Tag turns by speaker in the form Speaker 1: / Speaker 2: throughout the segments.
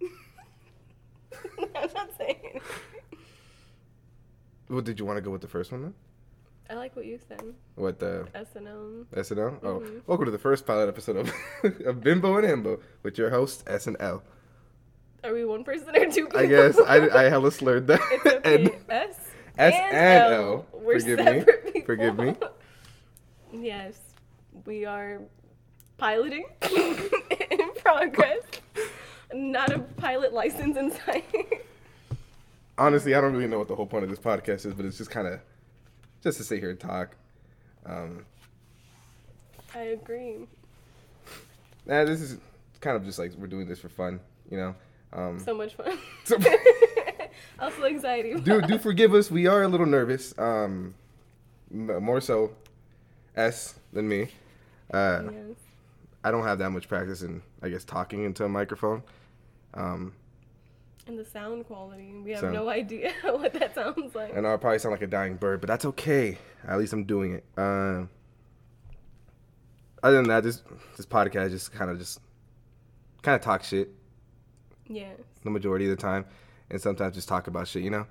Speaker 1: Well, did you want to go with the first one then?
Speaker 2: I like what you said.
Speaker 1: What the
Speaker 2: SNL.
Speaker 1: SNL? Oh,
Speaker 2: Mhm.
Speaker 1: welcome to the first pilot episode of, of Bimbo and Ambo with your host SNL.
Speaker 2: Are we one person or two people?
Speaker 1: I guess I I hella slurred that.
Speaker 2: it's okay.
Speaker 1: And
Speaker 2: S.
Speaker 1: S
Speaker 2: and
Speaker 1: and
Speaker 2: L.
Speaker 1: L.
Speaker 2: We're
Speaker 1: Forgive me.
Speaker 2: separate people.
Speaker 1: Forgive me.
Speaker 2: Yes, we are piloting in progress. Not a pilot license in sight.
Speaker 1: honestly, I don't really know what the whole point of this podcast is, but it's just kind of just to sit here and talk. Um,
Speaker 2: I agree.
Speaker 1: nah, this is kind of just like we're doing this for fun, you know. Um,
Speaker 2: So much fun.
Speaker 1: So-
Speaker 2: also anxiety.
Speaker 1: do do forgive us. We are a little nervous. Um, m- more so, S than me. Uh,
Speaker 2: Yes.
Speaker 1: I don't have that much practice in, I guess, talking into a microphone. Um,
Speaker 2: And the sound quality. We have
Speaker 1: Sound.
Speaker 2: no idea what that sounds like.
Speaker 1: and I'll probably sound like a dying bird, but that's okay. At least I'm doing it. Um, other than that, this this podcast just kind of just kind of talk shit
Speaker 2: Yes.
Speaker 1: the majority of the time, and sometimes just talk about shit. You know.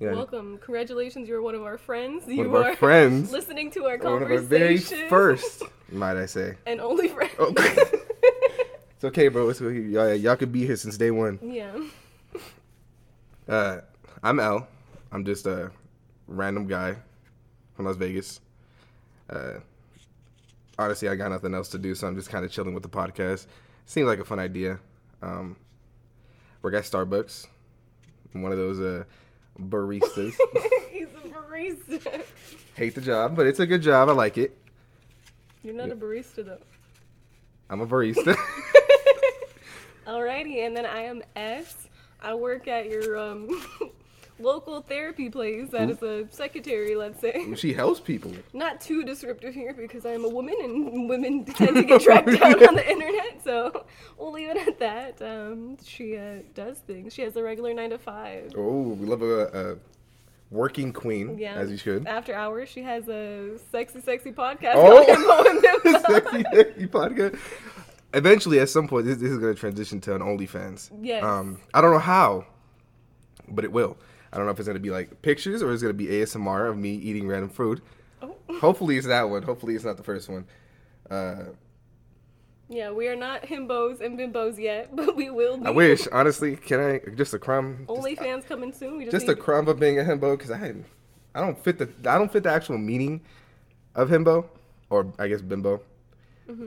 Speaker 1: You know,
Speaker 2: Welcome. Congratulations, you're one of our friends. you
Speaker 1: one of
Speaker 2: are
Speaker 1: our friends,
Speaker 2: listening to our
Speaker 1: one
Speaker 2: conversation.
Speaker 1: of our very first, might I say.
Speaker 2: and only friends.
Speaker 1: Okay. It's okay, bro. It's okay. Y'all, y'all could be here since day one.
Speaker 2: yeah.
Speaker 1: Uh, I'm L. I'm just a random guy from Las Vegas. Uh, honestly, I got nothing else to do, so I'm just kind of chilling with the podcast. Seemed like a fun idea. Um, work at Starbucks. I'm one of those uh, baristas.
Speaker 2: He's a barista.
Speaker 1: Hate the job, but it's a good job. I like it.
Speaker 2: You're not a barista though.
Speaker 1: I'm a barista.
Speaker 2: Alrighty, and then I am S. I work at your um local therapy place that is a secretary, let's say.
Speaker 1: she helps people.
Speaker 2: Not too descriptive here because I am a woman and women tend to get tracked down on the internet, so we'll leave it at that. Um, she uh, does things. She has a regular nine to five.
Speaker 1: Oh, we love a, a working queen,
Speaker 2: Yeah.
Speaker 1: as you should.
Speaker 2: After hours, she has a sexy, sexy podcast.
Speaker 1: Oh!
Speaker 2: on Himbo and Bimbo.
Speaker 1: sexy, sexy podcast. Eventually, at some point, this, this is going to transition to an OnlyFans.
Speaker 2: Yes.
Speaker 1: Um, I don't know how, but it will. I don't know if it's going to be like pictures or it's going to be ASMR of me eating random food.
Speaker 2: Oh.
Speaker 1: Hopefully, it's that one. Hopefully, it's not the first one. Uh,
Speaker 2: Yeah, we are not himbos and bimbos yet, but we will be.
Speaker 1: I wish, honestly, can I just a crumb?
Speaker 2: Oh,
Speaker 1: just,
Speaker 2: OnlyFans coming soon. We just,
Speaker 1: just a
Speaker 2: need
Speaker 1: crumb of being a himbo because I, I don't fit the I don't fit the actual meaning of himbo or I guess bimbo.
Speaker 2: Mm-hmm.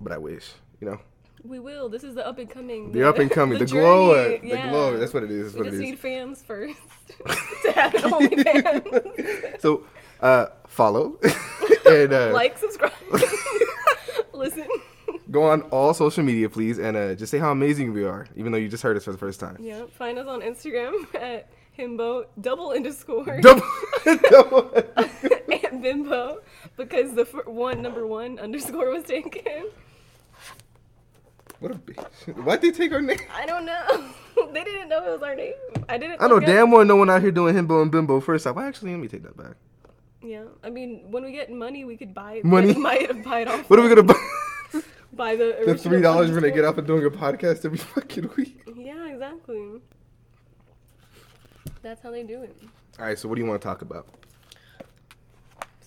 Speaker 1: But I wish, you know.
Speaker 2: we will. This is the up and coming.
Speaker 1: The up and coming, the,
Speaker 2: journey,
Speaker 1: glower, the
Speaker 2: yeah.
Speaker 1: glower. That's what it is. That's
Speaker 2: We
Speaker 1: what
Speaker 2: just
Speaker 1: it
Speaker 2: need
Speaker 1: is.
Speaker 2: fans first to have an OnlyFans.
Speaker 1: So, uh, follow and uh,
Speaker 2: like, subscribe, listen.
Speaker 1: go on all social media, please, and uh, just say how amazing we are, even though you just heard us for the first time.
Speaker 2: Yeah, find us on Instagram at himbo double underscore
Speaker 1: Double, double.
Speaker 2: and bimbo because the fir- one number one underscore was taken.
Speaker 1: What a bitch! Why'd they take our name?
Speaker 2: I don't know. they didn't know it was our name. I didn't.
Speaker 1: I know
Speaker 2: look up-
Speaker 1: damn well no one out here doing himbo and bimbo. First off, well, actually, let me take that back.
Speaker 2: Yeah, I mean, when we get money, we could buy it.
Speaker 1: Money?
Speaker 2: buy it, buy it off.
Speaker 1: What are we gonna buy?
Speaker 2: buy the
Speaker 1: the
Speaker 2: original
Speaker 1: three dollars we're gonna get
Speaker 2: underscore.
Speaker 1: off of doing a podcast every fucking week.
Speaker 2: Yeah, exactly. That's how they do it.
Speaker 1: All right, so what do you want to talk about?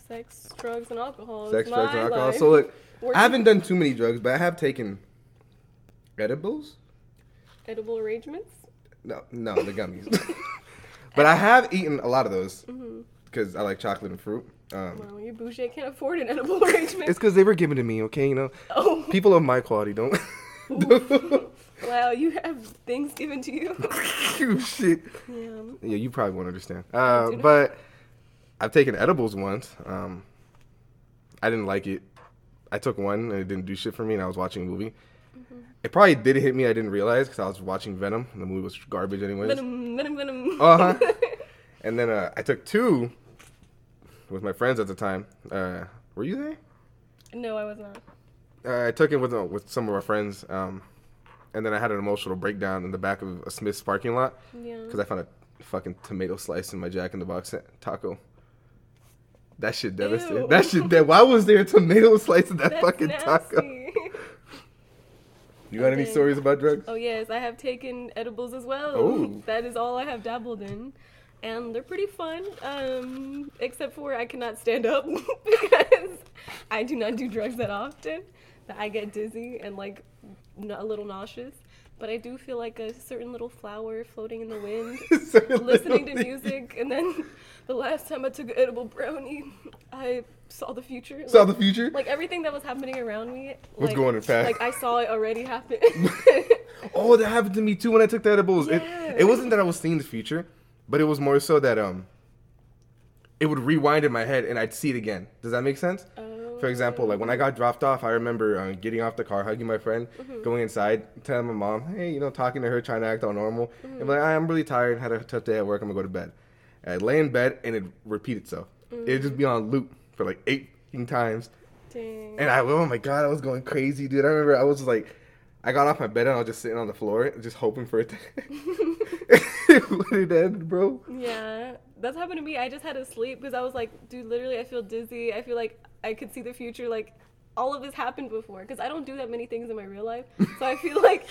Speaker 2: Sex, drugs, and alcohol. is
Speaker 1: Sex, drugs,
Speaker 2: my
Speaker 1: and alcohol.
Speaker 2: life.
Speaker 1: So look,
Speaker 2: Working
Speaker 1: I haven't done too many drugs, but I have taken edibles.
Speaker 2: edible arrangements.
Speaker 1: No, no, the gummies. but I have eaten a lot of those because I like chocolate and fruit. Um,
Speaker 2: Well, you bougie can't afford an edible arrangement.
Speaker 1: it's because they were given to me. Okay, you know,
Speaker 2: oh,
Speaker 1: people of my quality don't.
Speaker 2: wow, you have things given to you.
Speaker 1: you shit.
Speaker 2: yeah.
Speaker 1: Yeah, you probably won't understand. Uh, but I've taken edibles once. Um, I didn't like it. I took one and it didn't do shit for me, and I was watching a movie. It probably did hit me. I didn't realize because I was watching Venom, and the movie was garbage anyways.
Speaker 2: Venom, venom, venom.
Speaker 1: Uh huh. and then uh, I took two with my friends at the time. Uh, were you there?
Speaker 2: no, I was not.
Speaker 1: Uh, I took it with uh, with some of our friends, um, and then I had an emotional breakdown in the back of a Smith's parking lot
Speaker 2: Yeah.
Speaker 1: because I found a fucking tomato slice in my Jack in the Box sa- taco. That shit devastated.
Speaker 2: Ew.
Speaker 1: That shit. That why was there a tomato slice in that
Speaker 2: That's
Speaker 1: fucking taco?
Speaker 2: nasty.
Speaker 1: You got any
Speaker 2: Okay.
Speaker 1: stories about drugs?
Speaker 2: Oh yes, I have taken edibles as well.
Speaker 1: Oh.
Speaker 2: That is all I have dabbled in. And they're pretty fun, um, except for I cannot stand up because I do not do drugs that often. That I get dizzy and like n- a little nauseous. But I do feel like a certain little flower floating in the wind, listening to music. And then the last time I took an edible brownie, I saw the future.
Speaker 1: Saw
Speaker 2: like-
Speaker 1: the future.
Speaker 2: like everything that was happening around me
Speaker 1: Was
Speaker 2: like,
Speaker 1: going fast.
Speaker 2: like i saw it already happen
Speaker 1: Oh, that happened to me too when I took the edibles.
Speaker 2: Yeah.
Speaker 1: It, it wasn't that I was seeing the future, but it was more so that um, it would rewind in my head and I'd see it again. Does that make sense?
Speaker 2: Oh,
Speaker 1: For example, like when I got dropped off, I remember um, getting off the car, hugging my friend, going inside, telling my mom, hey, you know, talking to her, trying to act all normal. And be like, I'm really tired, had a tough day at work, I'm gonna go to bed. And I'd lay in bed and it'd repeat itself. It'd just be on loop for like 18 times.
Speaker 2: Dang.
Speaker 1: And I, oh my god, I was going crazy, dude. I remember I was just like, I got off my bed and I was just sitting on the floor, just hoping for it to let it end, bro.
Speaker 2: yeah that's happened to me i just had to sleep because i was like dude literally i feel dizzy i feel like i could see the future like all of this happened before because i don't do that many things in my real life so i feel like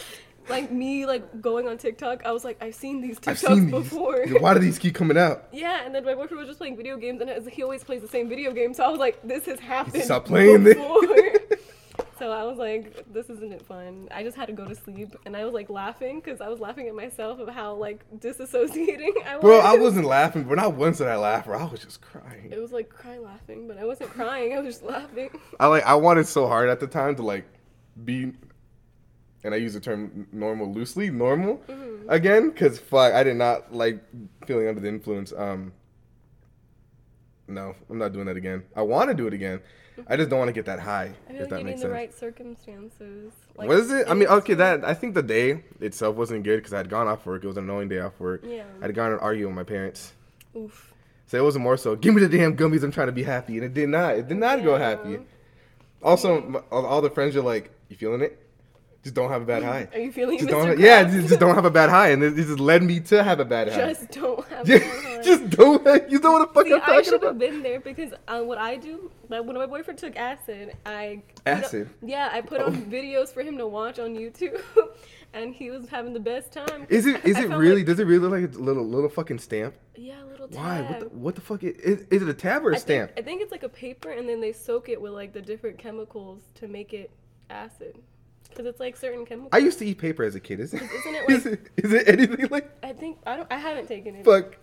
Speaker 2: like me like going on tiktok i was like i've seen these tiktoks
Speaker 1: I've seen these.
Speaker 2: before
Speaker 1: Why do these keep coming out?
Speaker 2: yeah and then my boyfriend was just playing video games and it was- he always plays the same video game so i was like this has happened
Speaker 1: Stop playing this.
Speaker 2: before. So I was like, this isn't it fun. I just had to go to sleep, and I was like laughing because I was laughing at myself of how like disassociating I was.
Speaker 1: Bro, I wasn't laughing, but not once did I laugh, bro. I was just crying.
Speaker 2: It was like cry laughing, but I wasn't crying. I was just laughing.
Speaker 1: I like, I wanted so hard at the time to like be, and I use the term normal loosely, normal
Speaker 2: Mm-hmm.
Speaker 1: again, because fuck, I did not like feeling under the influence. Um, no, I'm not doing that again. I want to do it again. I just don't want to get that high.
Speaker 2: I feel
Speaker 1: if
Speaker 2: like
Speaker 1: that
Speaker 2: you need
Speaker 1: makes
Speaker 2: the
Speaker 1: sense.
Speaker 2: right circumstances. Like,
Speaker 1: was it? I mean,
Speaker 2: it's-
Speaker 1: okay, that I think the day itself wasn't good because I had gone off work. It was an annoying day off work.
Speaker 2: Yeah.
Speaker 1: I'd gone and argued with my parents,
Speaker 2: Oof.
Speaker 1: so it wasn't more so. Give me the damn gummies. I'm trying to be happy, and it did not. It did not go happy. Also, my, all, all the friends are like, "You feeling it? Just don't have a bad high.
Speaker 2: Are you feeling?
Speaker 1: Just
Speaker 2: Mr.
Speaker 1: don't.
Speaker 2: Krabs?
Speaker 1: Yeah, just, just don't have a bad high." And it, it just led me to have a bad high.
Speaker 2: Just don't have.
Speaker 1: Yeah,
Speaker 2: fun.
Speaker 1: just don't. You know what the fuck
Speaker 2: See,
Speaker 1: I'm
Speaker 2: I
Speaker 1: talking
Speaker 2: should
Speaker 1: about?
Speaker 2: have been there because uh, what I do, like when my boyfriend took acid, I
Speaker 1: Acid? Oh.
Speaker 2: yeah, I put on videos for him to watch on YouTube, and he was having the best time.
Speaker 1: Is it? Is
Speaker 2: I
Speaker 1: it
Speaker 2: felt
Speaker 1: really?
Speaker 2: like-
Speaker 1: does it really look like a little little fucking stamp?
Speaker 2: yeah, a little tab.
Speaker 1: Why? What the, what the fuck? Is, is, is it a tab or a
Speaker 2: I
Speaker 1: stamp?
Speaker 2: Think, I think it's like a paper, and then they soak it with like the different chemicals to make it acid, because it's like certain chemicals.
Speaker 1: I used to eat paper as a kid. Is it?
Speaker 2: Isn't it
Speaker 1: is it, is it anything like
Speaker 2: I think I don't. I haven't taken it.
Speaker 1: fuck?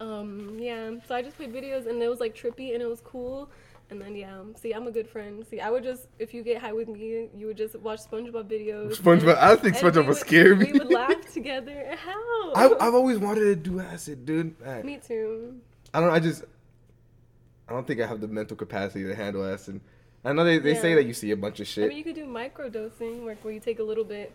Speaker 2: Um, yeah. So I just played videos and it was like trippy and it was cool. And then yeah, see, I'm a good friend. See, I would just if you get high with me, you would just watch SpongeBob videos.
Speaker 1: SpongeBob. I think
Speaker 2: And
Speaker 1: SpongeBob
Speaker 2: we
Speaker 1: would
Speaker 2: would-
Speaker 1: scare me.
Speaker 2: We would laugh together. How?
Speaker 1: I, I've always wanted to do acid, dude. I,
Speaker 2: me too.
Speaker 1: I don't. I just. I don't think I have the mental capacity to handle acid. I know they, they say
Speaker 2: Yeah.
Speaker 1: that you see a bunch of
Speaker 2: I
Speaker 1: shit.
Speaker 2: mean, you could do microdosing, like where you take a little bit,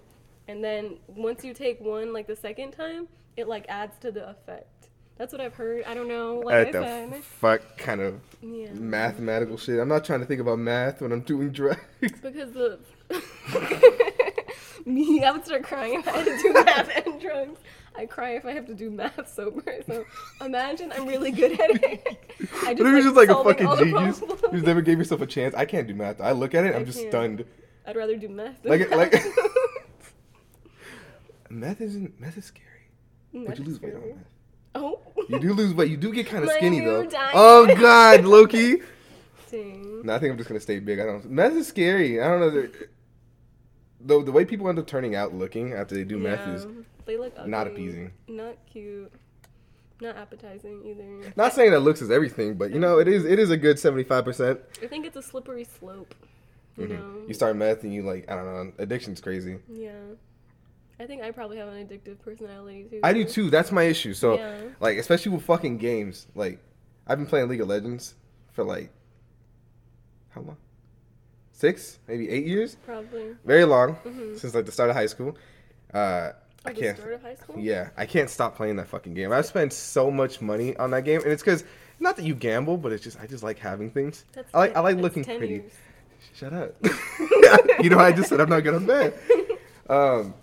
Speaker 2: and then once you take one, like the second time, it like adds to the effect. That's what I've heard. I don't know. Like I
Speaker 1: At the
Speaker 2: said,
Speaker 1: fuck kind of
Speaker 2: yeah.
Speaker 1: mathematical shit. I'm not trying to think about math when I'm doing drugs.
Speaker 2: Because the me, I would start crying if I had to do math and drugs. I cry if I have to do math sober. So imagine I'm really good at it. I
Speaker 1: But if you're just like a
Speaker 2: solving
Speaker 1: fucking
Speaker 2: all the
Speaker 1: genius, you
Speaker 2: problems.
Speaker 1: never gave yourself a chance. I can't do math. I look at it, I'm just
Speaker 2: can't.
Speaker 1: stunned.
Speaker 2: I'd rather do math. Than
Speaker 1: Like,
Speaker 2: math.
Speaker 1: like math isn't math is scary, but
Speaker 2: Math
Speaker 1: you
Speaker 2: is
Speaker 1: lose weight on
Speaker 2: scary.
Speaker 1: math.
Speaker 2: Oh,
Speaker 1: You do lose weight. You do get kind of
Speaker 2: My
Speaker 1: skinny
Speaker 2: new
Speaker 1: though.
Speaker 2: diet.
Speaker 1: Oh God, Loki.
Speaker 2: dang.
Speaker 1: No, I think I'm just gonna stay big. I don't. Meth is scary. I don't know. the- The the way people end up turning out looking after they do meth is
Speaker 2: Yeah. They look ugly.
Speaker 1: not appeasing.
Speaker 2: Not cute. Not appetizing either.
Speaker 1: Not saying that looks is everything, but you know it is. It is a good seventy five percent. Mm-hmm.
Speaker 2: I think it's a slippery slope. You know.
Speaker 1: You start meth and you like I don't know. Addiction's crazy.
Speaker 2: Yeah. I think I probably have an addictive personality too.
Speaker 1: I do too. That's my issue. So
Speaker 2: Yeah.
Speaker 1: like especially with fucking games. Like I've been playing League of Legends for like how long? Six, maybe eight years.
Speaker 2: Probably.
Speaker 1: Very long since like the start of high school. Uh, I
Speaker 2: At Mm-hmm. the
Speaker 1: can't.
Speaker 2: start of high school?
Speaker 1: Yeah, I can't stop playing that fucking game. I've spent so much money on that game, and it's because not that you gamble, but it's just I just like having things. I like I like
Speaker 2: that's
Speaker 1: looking
Speaker 2: 10
Speaker 1: pretty.
Speaker 2: years.
Speaker 1: Shut up. you know, I just said I'm not good on bed. Um,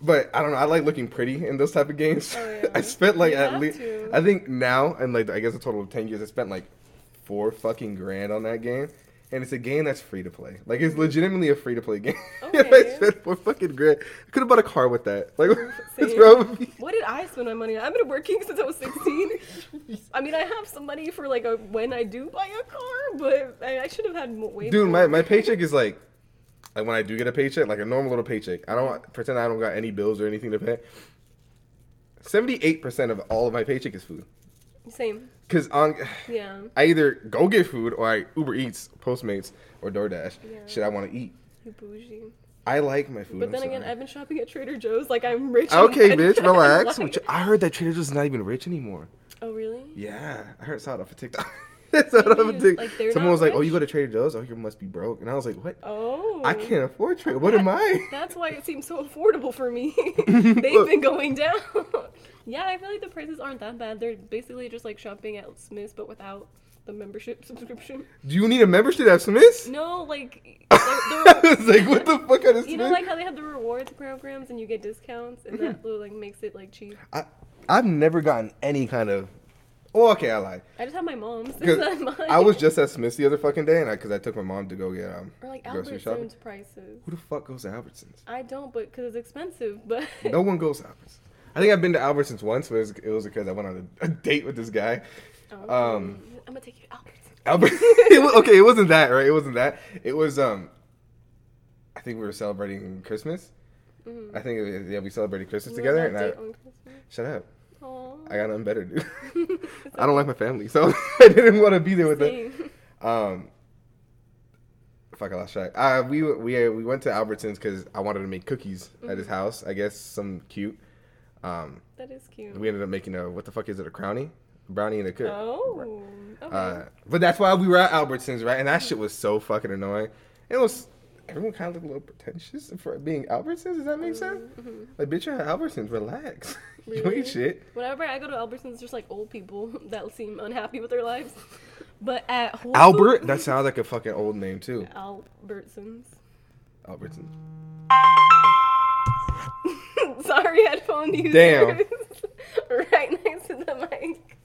Speaker 1: but I don't know. I like looking pretty in those type of games.
Speaker 2: Oh, yeah.
Speaker 1: I spent like
Speaker 2: You
Speaker 1: at
Speaker 2: have
Speaker 1: least.
Speaker 2: to.
Speaker 1: I think now and like I guess a total of ten years. I spent like four fucking grand on that game, and it's a game that's free to play. Like it's legitimately a free to play game.
Speaker 2: Okay.
Speaker 1: I spent four fucking grand. I could have bought a car with that. Like what's wrong with me?
Speaker 2: What did I spend my money on? I've been working since I was 16. I mean, I have some money for like a, when I do buy a car, but I, I should have had mo- way
Speaker 1: Dude,
Speaker 2: more.
Speaker 1: my, my paycheck is like like when I do get a paycheck, like a normal little paycheck. I don't want- pretend I don't got any bills or anything to pay. Seventy eight percent of all of my paycheck is food.
Speaker 2: Same.
Speaker 1: Cause on
Speaker 2: Yeah.
Speaker 1: I either go get food or I Uber Eats, Postmates, or DoorDash.
Speaker 2: Yeah.
Speaker 1: Shit I want to eat.
Speaker 2: You bougie.
Speaker 1: I like my food.
Speaker 2: But
Speaker 1: I'm
Speaker 2: then again,
Speaker 1: sorry. Ah,
Speaker 2: I've been shopping at Trader Joe's like I'm rich. and
Speaker 1: Okay,
Speaker 2: I'm
Speaker 1: bitch, relax.
Speaker 2: like-
Speaker 1: I heard that Trader Joe's is not even rich anymore.
Speaker 2: oh, really?
Speaker 1: Yeah, I heard saw it off of TikTok. That's what I'm
Speaker 2: Maybe,
Speaker 1: thinking.
Speaker 2: like, they're
Speaker 1: Someone
Speaker 2: not
Speaker 1: was like, "Oh,
Speaker 2: rich?
Speaker 1: you go to Trader Joe's? Oh, you must be broke." And I was like, "What?
Speaker 2: Oh.
Speaker 1: I can't afford Trader. What am I?"
Speaker 2: That's why it seems so affordable for me. They've been going down. yeah, I feel like the prices aren't that bad. They're basically just like shopping at Smith's, but without the membership subscription.
Speaker 1: Do you need a membership at Smiths?
Speaker 2: No, like they're,
Speaker 1: I
Speaker 2: they're,
Speaker 1: was like, "What the fuck?" Out of
Speaker 2: You know, like how they have the rewards programs and you get discounts, and
Speaker 1: Mhm.
Speaker 2: that little, like makes it like cheap.
Speaker 1: I, I've never gotten any kind of. Oh, okay, I lied.
Speaker 2: I just have my mom's. It's
Speaker 1: 'Cause
Speaker 2: not mine.
Speaker 1: I was just at Smiths the other fucking day, and because I, took my mom to go get um
Speaker 2: or like
Speaker 1: grocery shopping.
Speaker 2: Albertsons prices.
Speaker 1: Who the fuck goes to Albertsons?
Speaker 2: I don't, but because it's expensive. But
Speaker 1: No one goes to Albertsons. I think I've been to Albertsons once, but it was, it was because I went on a, a date with this guy.
Speaker 2: Oh,
Speaker 1: Um,
Speaker 2: I'm gonna take you to Albertsons.
Speaker 1: Albert. it wa- okay, it wasn't that, right? It wasn't that. It was um. I think we were celebrating Christmas.
Speaker 2: Mm-hmm.
Speaker 1: I think it was- yeah, we celebrated Christmas together, and I shut up. I got nothing better to do. I don't like my family, so I didn't want to be there with them. Um, fuck, I lost track. Uh, we w- we uh, we went to Albertsons because I wanted to make cookies at
Speaker 2: Mm-hmm.
Speaker 1: his house. I guess some cute. Um,
Speaker 2: That is cute.
Speaker 1: we ended up making a what the fuck is it? A crownie, a brownie, and a cook.
Speaker 2: Oh, okay.
Speaker 1: Uh, but that's why we were at Albertsons, right? And that shit was so fucking annoying. It was everyone kind of looked a little pretentious for being Albertsons. Does that
Speaker 2: Mm-hmm,
Speaker 1: make sense? Like, bitch, you're at Albertsons. Relax. you
Speaker 2: Really?
Speaker 1: ain't shit.
Speaker 2: Whenever I go to Albertsons, it's just like old people that seem unhappy with their lives. But at Whole
Speaker 1: Albert.
Speaker 2: Foods-
Speaker 1: That sounds like a fucking old name too.
Speaker 2: Albertsons.
Speaker 1: Albertsons.
Speaker 2: Sorry, headphone users.
Speaker 1: Damn.
Speaker 2: right next to the mic.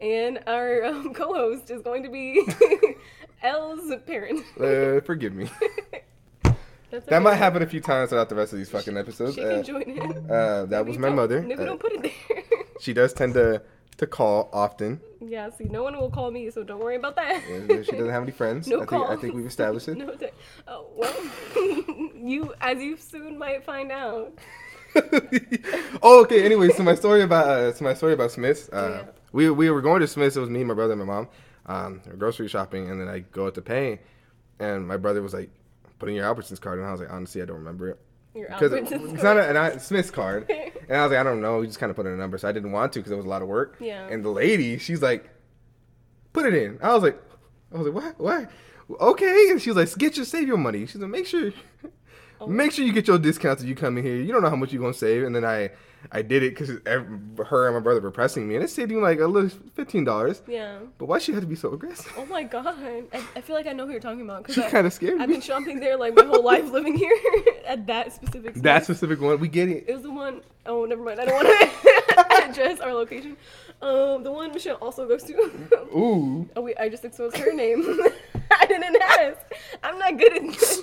Speaker 2: And our um, co-host is going to be Elle's parent.
Speaker 1: Uh, forgive me.
Speaker 2: That's
Speaker 1: That
Speaker 2: okay.
Speaker 1: might happen a few times throughout the rest of these fucking episodes.
Speaker 2: She can
Speaker 1: Uh,
Speaker 2: join in.
Speaker 1: uh, that was
Speaker 2: We
Speaker 1: my
Speaker 2: don't-
Speaker 1: mother.
Speaker 2: Maybe
Speaker 1: Uh,
Speaker 2: don't put it there.
Speaker 1: she does tend to to call often.
Speaker 2: yeah, see, no one will call me, so don't worry about that.
Speaker 1: Uh, She doesn't have any friends.
Speaker 2: No
Speaker 1: I think
Speaker 2: call.
Speaker 1: I think we've established it.
Speaker 2: no, te- oh, well, you, as you soon might find out.
Speaker 1: oh, okay. Anyway, so my story about uh, so my story about Smiths. Uh,
Speaker 2: Yeah.
Speaker 1: We we were going to Smiths. It was me, my brother, and my mom. Um, we were grocery shopping, and then I go out to pay, and my brother was like, "Put in your Albertsons card," and I was like, "Honestly, I don't remember it."
Speaker 2: Your
Speaker 1: Because
Speaker 2: Albertsons
Speaker 1: it's
Speaker 2: card.
Speaker 1: not a, not a Smith's card, and I was like, I don't know. We just kind of put in a number, so I didn't want to because it was a lot of work.
Speaker 2: Yeah.
Speaker 1: And the lady, she's like, "Put it in." I was like, "I was like, what? What? Okay." And she was like, "Get your save your money." She's like, "Make sure, make sure you get your discounts if you come in here. You don't know how much you're gonna save." And then I, I did it because her and my brother were pressing me, and it saved me like a little fifteen dollars.
Speaker 2: Yeah.
Speaker 1: But why she had to be so aggressive?
Speaker 2: Oh my god. I, I feel like I know who you're talking about.
Speaker 1: She kinda scared
Speaker 2: I've
Speaker 1: me.
Speaker 2: been shopping there like my whole life living here at that specific store.
Speaker 1: That specific one, we get it.
Speaker 2: it was the one oh never mind. I don't want to address our location. Um, the one Michelle also goes to.
Speaker 1: Ooh.
Speaker 2: oh wait, I just exposed her name. I didn't ask. I'm not good at this.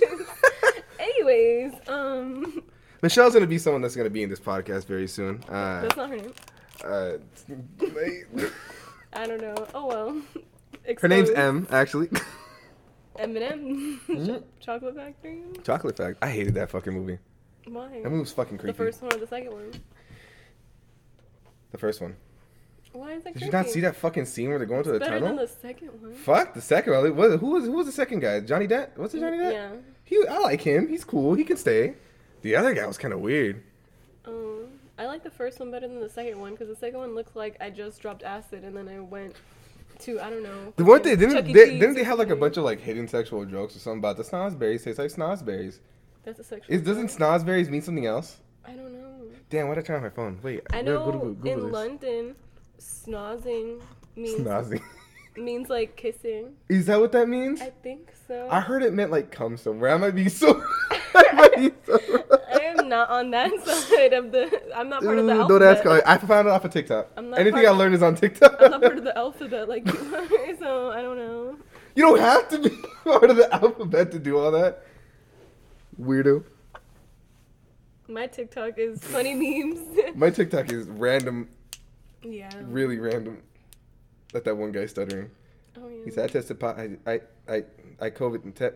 Speaker 2: Anyways, um,
Speaker 1: Michelle's gonna be someone that's gonna be in this podcast very soon. Uh,
Speaker 2: that's not her name.
Speaker 1: uh,
Speaker 2: I don't know. Oh well.
Speaker 1: her name's
Speaker 2: Exposed.
Speaker 1: M, actually.
Speaker 2: Eminem.
Speaker 1: Hmm?
Speaker 2: Chocolate Factory.
Speaker 1: Chocolate Fact. I hated that fucking movie.
Speaker 2: Why?
Speaker 1: That movie was fucking creepy.
Speaker 2: The first one or the second one?
Speaker 1: one.
Speaker 2: Why is that
Speaker 1: Did you not
Speaker 2: creepy?
Speaker 1: see that fucking scene where they're going to the
Speaker 2: better
Speaker 1: tunnel?
Speaker 2: than the second one.
Speaker 1: Fuck the second one. It was- who was who was the second guy? Johnny Depp. Was it Johnny Depp?
Speaker 2: Yeah.
Speaker 1: He, I like him. He's cool. He can stay. The other guy was kind of weird.
Speaker 2: Um, I like the first one better than the second one because the second one looked like I just dropped acid and then I went to I don't know.
Speaker 1: The one
Speaker 2: fucking
Speaker 1: thing didn't
Speaker 2: Chuck E.
Speaker 1: they,
Speaker 2: Cheese
Speaker 1: didn't
Speaker 2: or
Speaker 1: they have like a
Speaker 2: something.
Speaker 1: bunch of like hidden sexual jokes or something about the snozberries taste like snozberries?
Speaker 2: That's a sexual.
Speaker 1: Is doesn't
Speaker 2: joke.
Speaker 1: snozberries mean something else?
Speaker 2: I don't know.
Speaker 1: Damn, why did I turn on my phone? Wait,
Speaker 2: I
Speaker 1: we're
Speaker 2: know
Speaker 1: gonna Google- Google
Speaker 2: in
Speaker 1: this.
Speaker 2: London, snozzing means
Speaker 1: Snozzy.
Speaker 2: means like kissing.
Speaker 1: Is that what that means?
Speaker 2: I think so.
Speaker 1: I heard it meant like come somewhere. I might be so. I might be so.
Speaker 2: I am not on that side of the. I'm not part of the
Speaker 1: Ooh,
Speaker 2: alphabet.
Speaker 1: don't ask. I found it off of TikTok.
Speaker 2: I'm not
Speaker 1: Anything
Speaker 2: part
Speaker 1: I
Speaker 2: of-
Speaker 1: learned is on TikTok.
Speaker 2: I'm not part of the alphabet like you are, so I don't know.
Speaker 1: You don't have to be part of the alphabet to do all that. Weirdo.
Speaker 2: My TikTok is funny memes.
Speaker 1: My TikTok is random,
Speaker 2: yeah.
Speaker 1: really random. Let that one guy stuttering.
Speaker 2: Oh, yeah.
Speaker 1: He said, "I tested pot. I, I, I, I COVID and test."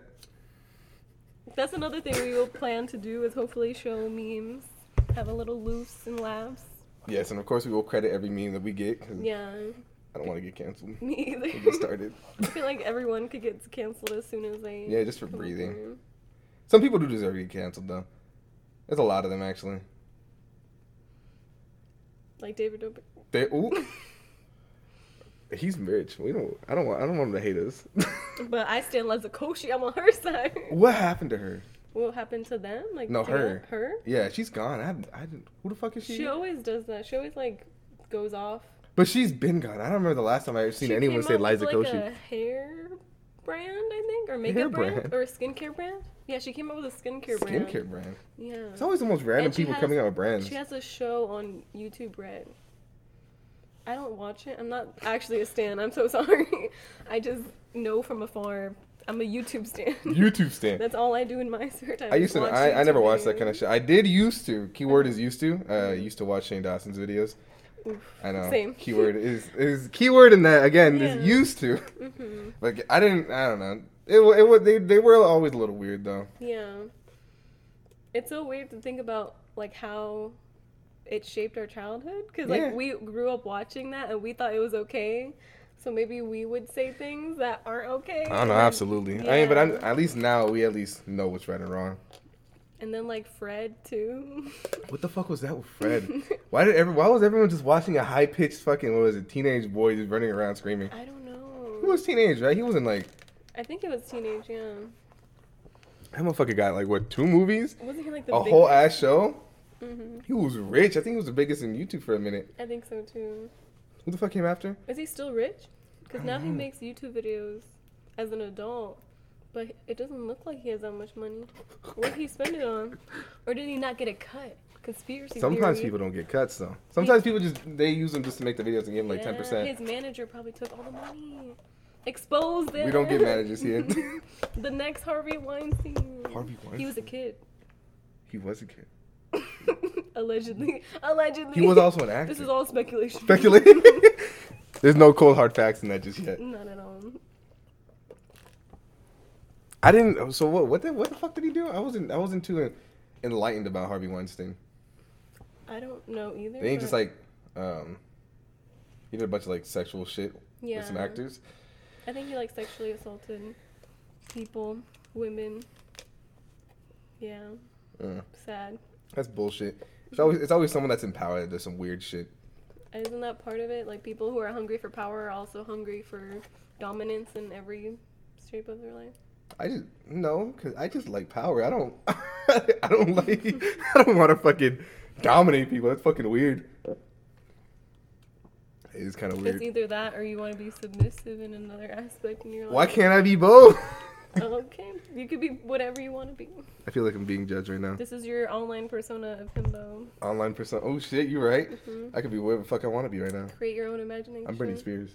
Speaker 2: That's another thing we will plan to do is hopefully show memes, have a little loose and laughs.
Speaker 1: Yes, and of course we will credit every meme that we get 'cause
Speaker 2: Yeah,
Speaker 1: I don't want to get canceled.
Speaker 2: me either.
Speaker 1: We Mm. just started.
Speaker 2: I feel like everyone could get canceled as soon as they.
Speaker 1: Yeah, just for
Speaker 2: come up
Speaker 1: breathing.
Speaker 2: with one.
Speaker 1: Some people do deserve to get canceled though. There's a lot of them actually.
Speaker 2: Like David Dobrik.
Speaker 1: They, ooh, he's rich. We don't. I don't want. I don't want him to hate us.
Speaker 2: But I stand Lezakoshi. I'm on her side.
Speaker 1: what happened to her?
Speaker 2: What happened to them? Like
Speaker 1: No,
Speaker 2: to that-
Speaker 1: her.
Speaker 2: Her.
Speaker 1: Yeah, she's gone. I, I didn't. Who the fuck is she?
Speaker 2: She always does that. She always like goes off.
Speaker 1: But she's been gone. I don't remember the last time I ever seen
Speaker 2: She
Speaker 1: anyone
Speaker 2: came
Speaker 1: say
Speaker 2: out with,
Speaker 1: Liza
Speaker 2: like,
Speaker 1: Koshy.
Speaker 2: A hair brand, I think, or makeup brand,
Speaker 1: brand.
Speaker 2: or a skincare brand. Yeah, she came up with a skincare brand.
Speaker 1: Skincare brand.
Speaker 2: Yeah.
Speaker 1: It's always the most random
Speaker 2: And she
Speaker 1: people
Speaker 2: has-
Speaker 1: coming out with brands.
Speaker 2: She has a show on YouTube Red. I don't watch it. I'm not actually a stan. I'm so sorry. I just know from afar. I'm a YouTube stan.
Speaker 1: YouTube stand.
Speaker 2: That's all I do in my spare time.
Speaker 1: I used to. I, I never watched that kind of shit. I did used to. Keyword is used to. Uh, used to watch Shane Dawson's videos. I know.
Speaker 2: same.
Speaker 1: Keyword is is keyword in that again
Speaker 2: Yeah.
Speaker 1: is used to.
Speaker 2: hmm
Speaker 1: Like I didn't. I don't know. It, wa- it wa- they they were always a little weird though.
Speaker 2: Yeah. It's so weird to think about like how it shaped our childhood because like
Speaker 1: Yeah.
Speaker 2: we grew up watching that and we thought it was okay. So maybe we would say things that aren't okay.
Speaker 1: I don't know.
Speaker 2: Like,
Speaker 1: Absolutely. I mean, but I'm,
Speaker 2: Yeah.
Speaker 1: at least now we at least know what's right and wrong.
Speaker 2: And then like Fred too.
Speaker 1: What the fuck was that with Fred? why did every, Why was everyone just watching a high pitched fucking what was it? Teenage boy just running around screaming.
Speaker 2: I don't know.
Speaker 1: He was teenage, right? He wasn't like
Speaker 2: I think it was teenage, yeah.
Speaker 1: that motherfucker got like what two movies,
Speaker 2: Wasn't he like the
Speaker 1: a
Speaker 2: big-
Speaker 1: whole ass show.
Speaker 2: Mhm.
Speaker 1: He was rich. I think he was the biggest in YouTube for a minute.
Speaker 2: I think so too.
Speaker 1: Who the fuck came after?
Speaker 2: Is he still rich? Because
Speaker 1: I
Speaker 2: now he
Speaker 1: don't know.
Speaker 2: makes YouTube videos as an adult, but it doesn't look like he has that much money. What did he spend it on? Or did he not get a cut? Conspiracy.
Speaker 1: Sometimes
Speaker 2: theory.
Speaker 1: people don't get cuts though. Sometimes people just they use them just to make the videos and give them like ten
Speaker 2: Yeah,
Speaker 1: percent.
Speaker 2: His manager probably took all the money. Expose them.
Speaker 1: We don't get managers here.
Speaker 2: the next Harvey Weinstein.
Speaker 1: Harvey
Speaker 2: He was a kid.
Speaker 1: He was a kid.
Speaker 2: Allegedly. Allegedly.
Speaker 1: He was also an actor.
Speaker 2: Oh, This is all speculation.
Speaker 1: Speculating. There's no cold hard facts in that just yet.
Speaker 2: Not at all.
Speaker 1: I didn't. So what? What the? What the fuck did he do? I wasn't. I wasn't too enlightened about Harvey Weinstein.
Speaker 2: I don't know either.
Speaker 1: They ain't just
Speaker 2: but-
Speaker 1: like, um, he did a bunch of like sexual shit
Speaker 2: yeah.
Speaker 1: with some actors.
Speaker 2: I think he like sexually assaulted people, women. Yeah,
Speaker 1: Uh,
Speaker 2: sad.
Speaker 1: that's bullshit. It's always it's always someone that's in power that does some weird shit.
Speaker 2: Isn't that part of it? Like people who are hungry for power are also hungry for dominance in every shape of their life.
Speaker 1: I just no, cause I just like power. I don't. I don't like. I don't want to fucking dominate people. That's fucking weird. It is kind of
Speaker 2: It's
Speaker 1: weird.
Speaker 2: either that or you want to be submissive in another aspect in your life.
Speaker 1: Why can't I be both?
Speaker 2: Okay, you could be whatever you want to be.
Speaker 1: I feel like I'm being judged right now.
Speaker 2: This is your online persona of himbo.
Speaker 1: Online persona. Oh shit, you're right.
Speaker 2: Mhm.
Speaker 1: I could be whatever the fuck I want to be right now.
Speaker 2: Create your own imagination.
Speaker 1: I'm Britney Spears.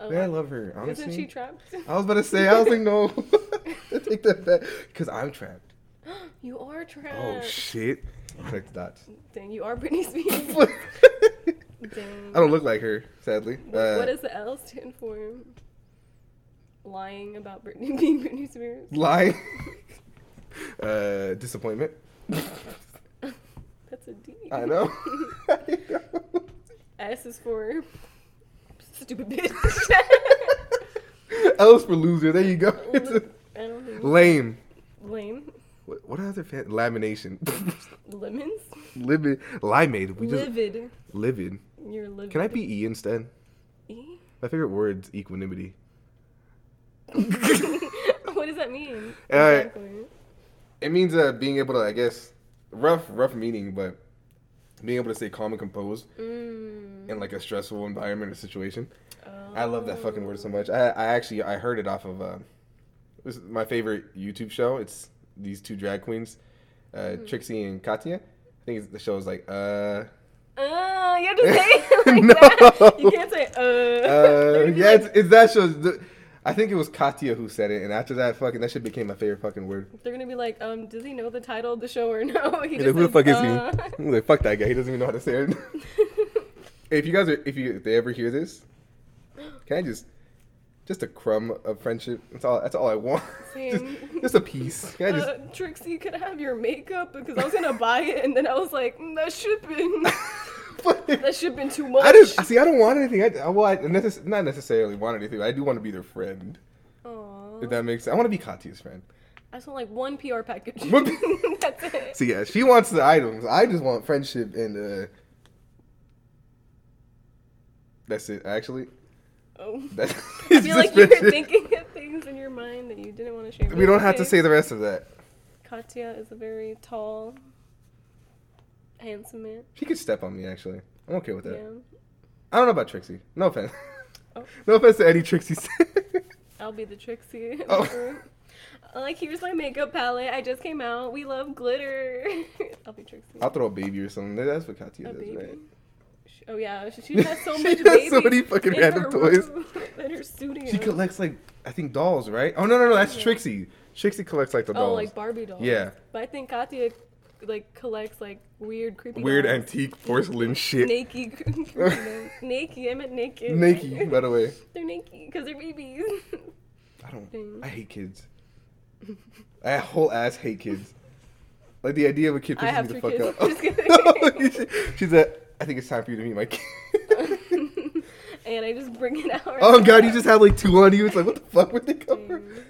Speaker 2: Oh,
Speaker 1: Yeah, I love her. Honestly,
Speaker 2: Mm-hmm. Isn't she trapped?
Speaker 1: I was about to say. I was like, no, I take that back. Cause I'm trapped.
Speaker 2: you are trapped.
Speaker 1: Oh shit. Connect the dots.
Speaker 2: Dang, you are Britney Spears.
Speaker 1: I
Speaker 2: Dang.
Speaker 1: don't uh, look like her, sadly.
Speaker 2: What-
Speaker 1: Uh,
Speaker 2: what does the L stand for? Lying about Britney being Britney Spears.
Speaker 1: Lie. uh, disappointment.
Speaker 2: That's a D.
Speaker 1: I know. I know.
Speaker 2: S is for stupid bitch.
Speaker 1: L's for loser. There you go. It's a-
Speaker 2: I don't know.
Speaker 1: lame.
Speaker 2: Lame.
Speaker 1: What, what other fan? Lamination.
Speaker 2: Lemons.
Speaker 1: livid. Limeade. We just
Speaker 2: Livid.
Speaker 1: livid.
Speaker 2: You're livid.
Speaker 1: Can I be E instead?
Speaker 2: E?
Speaker 1: My favorite word's equanimity.
Speaker 2: what does that mean?
Speaker 1: Uh,
Speaker 2: exactly.
Speaker 1: It means uh, being able to, I guess, rough, rough meaning, but being able to stay calm and composed
Speaker 2: Mm.
Speaker 1: in like a stressful environment or situation.
Speaker 2: Oh.
Speaker 1: I love that fucking word so much. I, I actually I heard it off of uh, this is my favorite YouTube show. It's these two drag queens, uh,
Speaker 2: Hmm.
Speaker 1: Trixie and Katya. I think it's, the show is like uh,
Speaker 2: Uh, you have to say it like
Speaker 1: No.
Speaker 2: that. You can't say uh.
Speaker 1: uh yeah, it's, it's that show. The- I think it was Katya who said it, and after that, fucking that shit became my favorite fucking word.
Speaker 2: They're gonna be like, um, does he know the title of the show or no? He
Speaker 1: He's like, who the fuck is
Speaker 2: says,
Speaker 1: he?
Speaker 2: uh.
Speaker 1: I'm like, fuck that guy. He doesn't even know how to say it. if you guys are, if you if they ever hear this, can I just, just a crumb of friendship? That's all. That's all I want. just,
Speaker 2: Same.
Speaker 1: just a piece. Can I just?
Speaker 2: uh, Trixie, could I have your makeup? Because I was gonna buy it, and then I was like, mm, that shipping, that shipping too much.
Speaker 1: I just see. I don't want anything. I, I want necess- not necessarily want anything. But I do want to be their friend.
Speaker 2: Aw.
Speaker 1: If that makes sense, I want to be Katya's friend.
Speaker 2: I just want like one PR package.
Speaker 1: One P-
Speaker 2: That's it.
Speaker 1: So yeah, she wants the items. I just want friendship and uh. That's it. Actually,
Speaker 2: Oh.
Speaker 1: that's.
Speaker 2: I feel like you were thinking of things in your mind that you didn't want to share.
Speaker 1: We don't have to
Speaker 2: Okay.
Speaker 1: say the rest of that.
Speaker 2: Katya is a very tall, handsome man.
Speaker 1: She could step on me, actually. I'm okay with that.
Speaker 2: Yeah.
Speaker 1: I don't know about Trixie. No offense.
Speaker 2: Oh.
Speaker 1: No offense to any Trixie.
Speaker 2: I'll be the Trixie. in
Speaker 1: Oh.
Speaker 2: the group. Like, here's my makeup palette. I just came out. We love glitter. I'll be Trixie.
Speaker 1: I'll throw a baby or something. That's what Katya
Speaker 2: a
Speaker 1: does,
Speaker 2: baby.
Speaker 1: right?
Speaker 2: She- Oh yeah, she, she has so
Speaker 1: She
Speaker 2: much
Speaker 1: has
Speaker 2: babies.
Speaker 1: so many fucking
Speaker 2: in
Speaker 1: random
Speaker 2: her
Speaker 1: toys.
Speaker 2: room, in her studio.
Speaker 1: She collects like I think dolls, right? Oh no, no, no, that's
Speaker 2: Yeah.
Speaker 1: Trixie. Trixie collects like the
Speaker 2: oh,
Speaker 1: dolls.
Speaker 2: like Barbie dolls.
Speaker 1: Yeah.
Speaker 2: But I think Katya like collects like weird, creepy,
Speaker 1: Weird
Speaker 2: dolls.
Speaker 1: antique porcelain shit.
Speaker 2: naked, creepy dolls. naked. I meant naked.
Speaker 1: Naked, by the way.
Speaker 2: they're naked because they're babies.
Speaker 1: I don't.
Speaker 2: Thing.
Speaker 1: I hate kids. I whole ass hate kids. Like the idea of a kid
Speaker 2: I
Speaker 1: pushing
Speaker 2: have
Speaker 1: me the
Speaker 2: three kids.
Speaker 1: fuck up.
Speaker 2: Just
Speaker 1: No, she- she's a. I think it's time for you to meet my kid.
Speaker 2: and I just bring it out.
Speaker 1: oh
Speaker 2: right
Speaker 1: god,
Speaker 2: now.
Speaker 1: you just have like two on you. It's like what the fuck would they come for?
Speaker 2: Dang.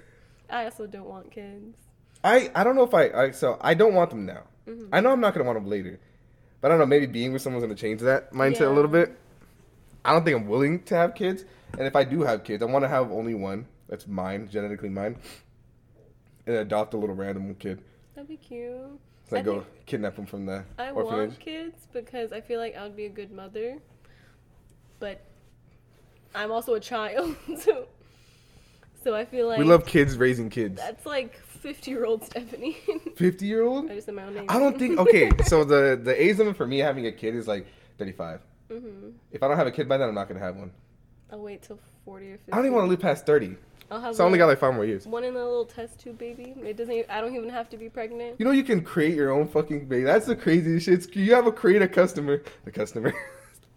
Speaker 2: I also don't want kids.
Speaker 1: I I don't know if I, I so I don't want them now.
Speaker 2: Mm-hmm.
Speaker 1: I know I'm not gonna want them later, but I don't know. Maybe being with someone's gonna change that mindset
Speaker 2: Yeah.
Speaker 1: a little bit. I don't think I'm willing to have kids, and if I do have kids, I want to have only one that's mine, genetically mine, and adopt a little random kid.
Speaker 2: That'd be cute.
Speaker 1: So I,
Speaker 2: I
Speaker 1: go
Speaker 2: think-
Speaker 1: kidnap them from the
Speaker 2: I
Speaker 1: orphanage.
Speaker 2: want kids because I feel like I would be a good mother, but I'm also a child, so so I feel like
Speaker 1: we love kids raising kids.
Speaker 2: that's like 50 year old Stephanie.
Speaker 1: Fifty year old.
Speaker 2: I just said my own name.
Speaker 1: I don't think. Okay, so the the age limit for me having a kid is like 35.
Speaker 2: mm-hmm.
Speaker 1: If I don't have a kid by then, I'm not gonna have one.
Speaker 2: I'll wait till 40 or 50.
Speaker 1: I don't even want to live past 30.
Speaker 2: I'll have
Speaker 1: So I only got
Speaker 2: one-
Speaker 1: like five more years.
Speaker 2: one in a little test tube baby. It doesn't. Even, I don't even have to be pregnant.
Speaker 1: You know you can create your own fucking baby. That's the craziest shit. It's- You have a create a customer, the customer,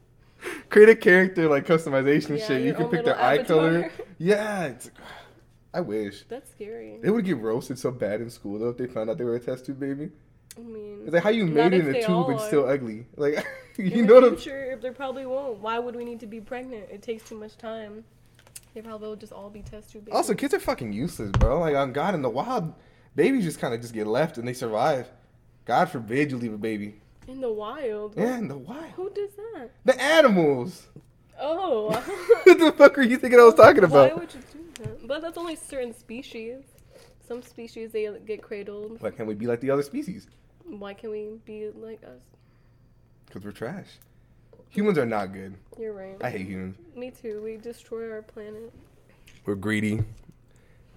Speaker 1: create a character like customization
Speaker 2: Yeah,
Speaker 1: shit. You
Speaker 2: your
Speaker 1: can
Speaker 2: own
Speaker 1: pick their
Speaker 2: little
Speaker 1: eye color.
Speaker 2: avatar.
Speaker 1: Yeah, it's, I wish
Speaker 2: That's scary.
Speaker 1: they would get roasted so bad in school though if they found out they were a test tube baby.
Speaker 2: I mean,
Speaker 1: It's like how you
Speaker 2: Not
Speaker 1: made it
Speaker 2: if
Speaker 1: in a
Speaker 2: they
Speaker 1: tube
Speaker 2: all
Speaker 1: and
Speaker 2: are.
Speaker 1: still ugly. Like you
Speaker 2: in
Speaker 1: know
Speaker 2: the
Speaker 1: the
Speaker 2: future, they probably won't. Why would we need to be pregnant? It takes too much time. They probably will just all be test tube babies.
Speaker 1: also kids are fucking useless, bro. Like on God in the wild, babies just kind of just get left and they survive. God forbid you leave a baby.
Speaker 2: in the wild.
Speaker 1: Yeah, in the wild,
Speaker 2: Who does that?
Speaker 1: the animals.
Speaker 2: Oh.
Speaker 1: what the fuck are you thinking I was talking
Speaker 2: Why
Speaker 1: about?
Speaker 2: would you do that? But that's only certain species. Some species they get cradled.
Speaker 1: Why can't we be like the other species?
Speaker 2: Why can't we be like us?
Speaker 1: Because we're trash. Humans are not good.
Speaker 2: You're right.
Speaker 1: I hate humans.
Speaker 2: Me too. We destroy our planet.
Speaker 1: We're greedy.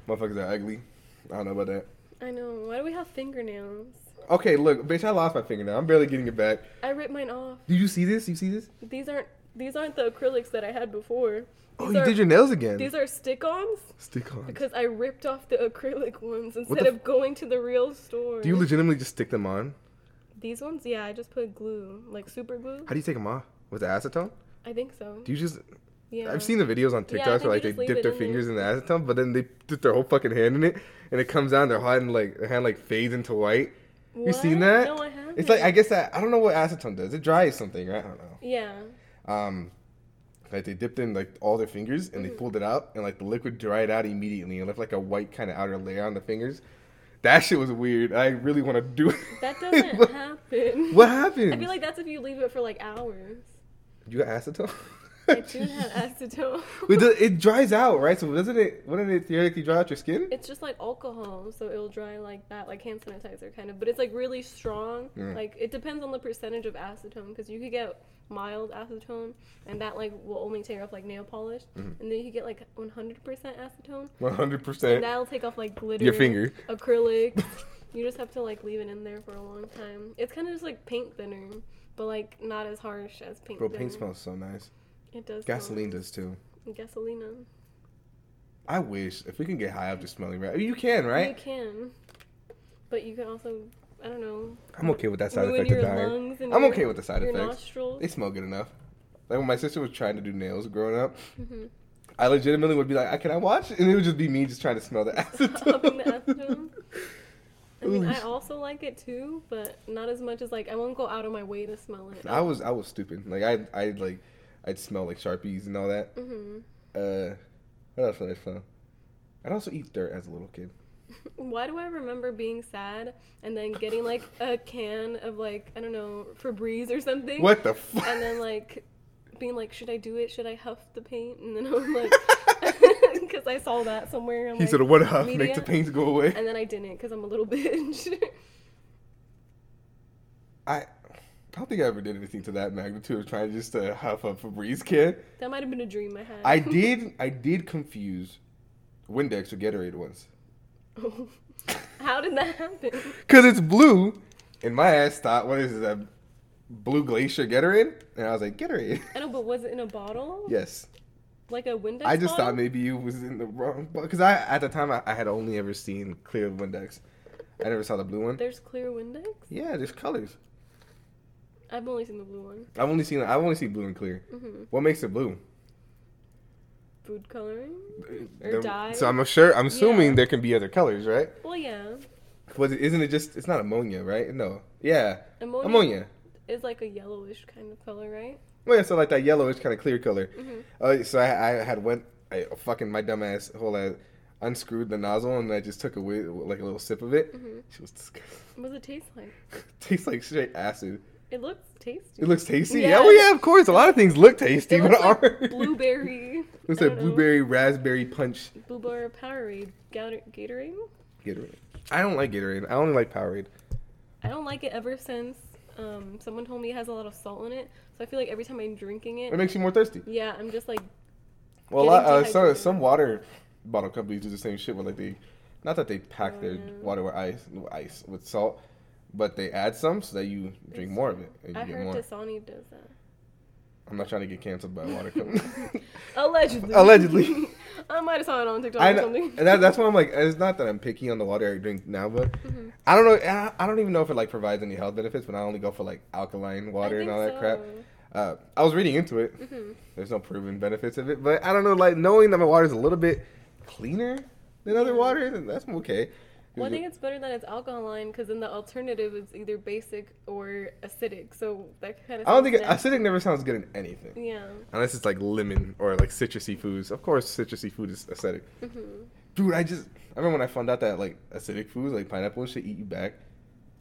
Speaker 1: Motherfuckers are ugly. I don't know about that.
Speaker 2: I know. Why do we have fingernails?
Speaker 1: Okay, look, bitch, I lost my fingernail. I'm barely getting it back.
Speaker 2: I ripped mine off.
Speaker 1: Did you see this? You see this?
Speaker 2: These aren't these aren't the acrylics that I had before.
Speaker 1: Oh,
Speaker 2: These
Speaker 1: you
Speaker 2: are-
Speaker 1: did your nails again.
Speaker 2: These are stick-ons
Speaker 1: stick on.
Speaker 2: because I ripped off the acrylic ones instead
Speaker 1: the
Speaker 2: of going to the real store.
Speaker 1: Do you legitimately just stick them on?
Speaker 2: these ones? Yeah, I just put glue, like super glue.
Speaker 1: How do you take them off? With the acetone?
Speaker 2: I think so.
Speaker 1: Do you just.
Speaker 2: Yeah.
Speaker 1: I've seen the videos on
Speaker 2: Yeah, I
Speaker 1: TikTok
Speaker 2: think
Speaker 1: where like
Speaker 2: you
Speaker 1: they
Speaker 2: just leave
Speaker 1: dip
Speaker 2: it
Speaker 1: their
Speaker 2: in there.
Speaker 1: fingers in the acetone, but then they dip their whole fucking hand in it and it comes down, their hand like their hand like fades into white. You seen
Speaker 2: What?
Speaker 1: that?
Speaker 2: No, I haven't.
Speaker 1: It's like I guess that I don't know what acetone does. It dries something, right? I don't know.
Speaker 2: Yeah.
Speaker 1: Um, like they dipped in like all their fingers and they
Speaker 2: Mm.
Speaker 1: pulled it out and like the liquid dried out immediately and left like a white kind of outer layer on the fingers. That shit was weird. I really want to do it.
Speaker 2: That doesn't
Speaker 1: what,
Speaker 2: happen.
Speaker 1: what happened?
Speaker 2: I feel like that's if you leave it for like hours.
Speaker 1: you got acetone.
Speaker 2: I do have acetone.
Speaker 1: Wait, does- it dries out, right? So doesn't it? Wouldn't it theoretically dry out your skin?
Speaker 2: it's just like alcohol, so it'll dry like that, like hand sanitizer kind of. But it's like really strong.
Speaker 1: Mm.
Speaker 2: Like it depends on the percentage of acetone, because you could get mild acetone, and that like will only take off like nail polish,
Speaker 1: Mm-hmm.
Speaker 2: and then you could get like 100% acetone,
Speaker 1: One hundred
Speaker 2: and
Speaker 1: percent.
Speaker 2: that'll take off like glitter,
Speaker 1: Eh. Your finger.
Speaker 2: acrylic. you just have to like leave it in there for a long time. It's kind of just like paint thinner, but like not as harsh as paint.
Speaker 1: Bro,
Speaker 2: thinner.
Speaker 1: paint smells so nice.
Speaker 2: It does. smell
Speaker 1: Gasoline does too.
Speaker 2: Gasolina.
Speaker 1: I wish if we can get high after smelling rat. You can, right?
Speaker 2: You can, but you can also I don't know.
Speaker 1: I'm okay with that side
Speaker 2: ruin
Speaker 1: effect
Speaker 2: your
Speaker 1: of dying.
Speaker 2: lungs and
Speaker 1: I'm
Speaker 2: your-
Speaker 1: okay with the side
Speaker 2: your
Speaker 1: effects.
Speaker 2: nostrils.
Speaker 1: They smell good enough. Like when my sister was trying to do nails growing up,
Speaker 2: Mm-hmm.
Speaker 1: I legitimately would be like, "I can I watch?" And it would just be me just trying to smell the
Speaker 2: Huffing the
Speaker 1: acetone.
Speaker 2: acetone. I mean,
Speaker 1: Ooh.
Speaker 2: I also like it too, but not as much as like I won't go out of my way to smell it.
Speaker 1: I was I was stupid. Like I I like I'd smell like sharpies and all that.
Speaker 2: hmm
Speaker 1: Uh, what else did I smell? I'd also eat dirt as a little kid.
Speaker 2: Why do I remember being sad and then getting like a can of like I don't know Febreze or something?
Speaker 1: What the fuck?
Speaker 2: And then like being like, should I do it? Should I huff the paint? And then I'm like, because I saw that somewhere. I'm
Speaker 1: he
Speaker 2: like,
Speaker 1: said, "What huff? Make
Speaker 2: media."
Speaker 1: the pains go away."
Speaker 2: And then I didn't because I'm a little bitch.
Speaker 1: I I don't think I ever did anything to that magnitude of trying just to huff a Febreze can.
Speaker 2: that might have been a dream I had.
Speaker 1: I did I did confuse Windex with Gatorade once.
Speaker 2: How did that happen?
Speaker 1: Cause it's blue, and my ass thought, "What is this? A blue glacier Gatorade?" And I was like, "Gatorade."
Speaker 2: I know, but was it in a bottle?
Speaker 1: yes.
Speaker 2: Like a Windex
Speaker 1: I just
Speaker 2: bottle?
Speaker 1: thought maybe it was in the wrong because I at the time I, I had only ever seen clear Windex. I never saw the blue one.
Speaker 2: There's clear Windex?
Speaker 1: Yeah, there's colors.
Speaker 2: I've only seen the blue one.
Speaker 1: I've only seen I've only seen blue and clear.
Speaker 2: hmm
Speaker 1: What makes it blue?
Speaker 2: Food coloring? Or
Speaker 1: The-
Speaker 2: dye?
Speaker 1: So I'm sure I'm assuming
Speaker 2: Yeah.
Speaker 1: there can be other colors, right?
Speaker 2: Well, yeah.
Speaker 1: Was it, isn't it just it's not ammonia, right? No. Yeah.
Speaker 2: Ammonia,
Speaker 1: Ammonia.
Speaker 2: is like a yellowish kind of color, right?
Speaker 1: Well, yeah, so like that yellowish kind of clear color.
Speaker 2: Mhm.
Speaker 1: Uh, so I, I had went, I fucking my dumb ass whole ass unscrewed the nozzle and I just took a whiz, like a little sip of it.
Speaker 2: Mhm.
Speaker 1: She was disgusting.
Speaker 2: What does it taste like?
Speaker 1: Tastes like straight acid.
Speaker 2: It looks tasty.
Speaker 1: It looks tasty.
Speaker 2: Yeah.
Speaker 1: Yeah, well, yeah, of course. A lot of things look tasty,
Speaker 2: It
Speaker 1: but
Speaker 2: looks like
Speaker 1: aren't.
Speaker 2: blueberry.
Speaker 1: looks
Speaker 2: I don't
Speaker 1: like
Speaker 2: know.
Speaker 1: blueberry raspberry punch.
Speaker 2: Blueberry Powerade, Gator- Gatorade.
Speaker 1: Gatorade. I don't like Gatorade. I only like Powerade.
Speaker 2: I don't like it ever since um, someone told me it has a lot of salt in it. So I feel like every time I'm drinking
Speaker 1: It
Speaker 2: it,
Speaker 1: makes you more thirsty.
Speaker 2: yeah, I'm just like,
Speaker 1: Well, a
Speaker 2: Getting
Speaker 1: lot, uh, some
Speaker 2: dehydrated.
Speaker 1: some water bottle companies do the same shit where like they, not that they pack their
Speaker 2: Mm.
Speaker 1: water with ice, with ice with salt, but they add some so that you drink more of it and you
Speaker 2: I
Speaker 1: get
Speaker 2: heard
Speaker 1: more.
Speaker 2: Dasani does that.
Speaker 1: I'm not trying to get canceled by a water company.
Speaker 2: Allegedly.
Speaker 1: Allegedly.
Speaker 2: I might have saw it on TikTok
Speaker 1: I
Speaker 2: or
Speaker 1: know,
Speaker 2: something.
Speaker 1: and that, that's why I'm like, it's not that I'm picky on the water I drink now, but
Speaker 2: Mhm.
Speaker 1: I don't know. I, I don't even know if it like provides any health benefits, but I only go for like alkaline water and all that crap. Uh, I was reading into it.
Speaker 2: hmm
Speaker 1: There's no proven benefits of it, but I don't know. Like knowing that my water's a little bit cleaner than other
Speaker 2: Yeah.
Speaker 1: water, then that's okay.
Speaker 2: Well, I think it's better that it's alkaline because then the alternative is either basic or acidic. So that kind of.
Speaker 1: I don't think acidic never sounds good in anything
Speaker 2: Yeah.
Speaker 1: unless it's like lemon or like citrusy foods. Of course, citrusy food is acidic.
Speaker 2: hmm
Speaker 1: Dude, I just I remember when I found out that like acidic foods like pineapple and shit eat you back.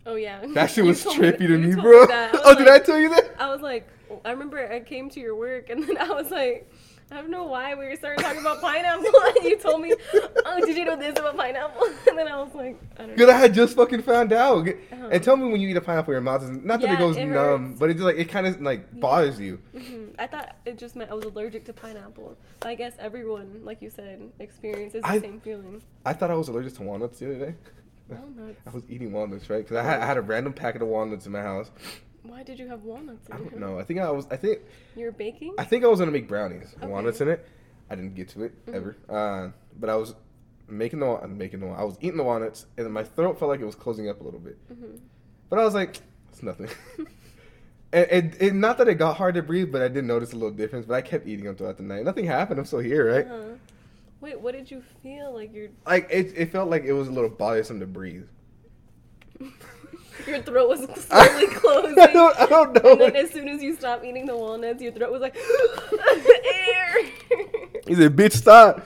Speaker 2: Oh yeah.
Speaker 1: That shit
Speaker 2: You
Speaker 1: was
Speaker 2: told me-
Speaker 1: trippy to
Speaker 2: you
Speaker 1: me,
Speaker 2: told
Speaker 1: bro.
Speaker 2: that. I
Speaker 1: oh,
Speaker 2: was
Speaker 1: did I
Speaker 2: like- uh-huh.
Speaker 1: tell you that?
Speaker 2: I was like, I remember I came to your work and then I was like, I don't know why we were starting talking about pineapple and you told me, oh, did you know this about pineapple? And then I was like, I don't
Speaker 1: Good,
Speaker 2: know.
Speaker 1: I had just fucking found out.
Speaker 2: Uh-huh.
Speaker 1: And tell me when you eat a pineapple, your mouth is not that it
Speaker 2: Yeah,
Speaker 1: goes
Speaker 2: it
Speaker 1: numb,
Speaker 2: hurts.
Speaker 1: but it just like it kind of like bothers you.
Speaker 2: Mhm. I thought it just meant I was allergic to pineapple. But I guess everyone, like you said, experiences the
Speaker 1: I-
Speaker 2: same feeling.
Speaker 1: I thought I was allergic to walnuts the other day.
Speaker 2: Walnuts.
Speaker 1: I was eating walnuts, right? Because I had, I had a random packet of walnuts in my house.
Speaker 2: Why did you have walnuts?
Speaker 1: I
Speaker 2: in
Speaker 1: don't
Speaker 2: it?
Speaker 1: know. I think I was. I think
Speaker 2: You're baking.
Speaker 1: I think I was gonna make brownies. with
Speaker 2: Okay.
Speaker 1: Walnuts in it. I didn't get to it
Speaker 2: Mhm.
Speaker 1: ever. Uh, but I was making the. wa- I'm making the. wa- I was eating the walnuts, and then my throat felt like it was closing up a little bit.
Speaker 2: Mhm.
Speaker 1: But I was like, it's nothing. and, and, and not that it got hard to breathe, but I did notice a little difference. But I kept eating them throughout the night. Nothing happened. I'm still here, right?
Speaker 2: Uh-huh. Wait, what did you feel like your
Speaker 1: Like it, it felt like it was a little bothersome to breathe.
Speaker 2: your throat was slowly closing?
Speaker 1: I don't, I don't know.
Speaker 2: And then as soon as you stop eating the walnuts, your throat was like air.
Speaker 1: He said, bitch, stop.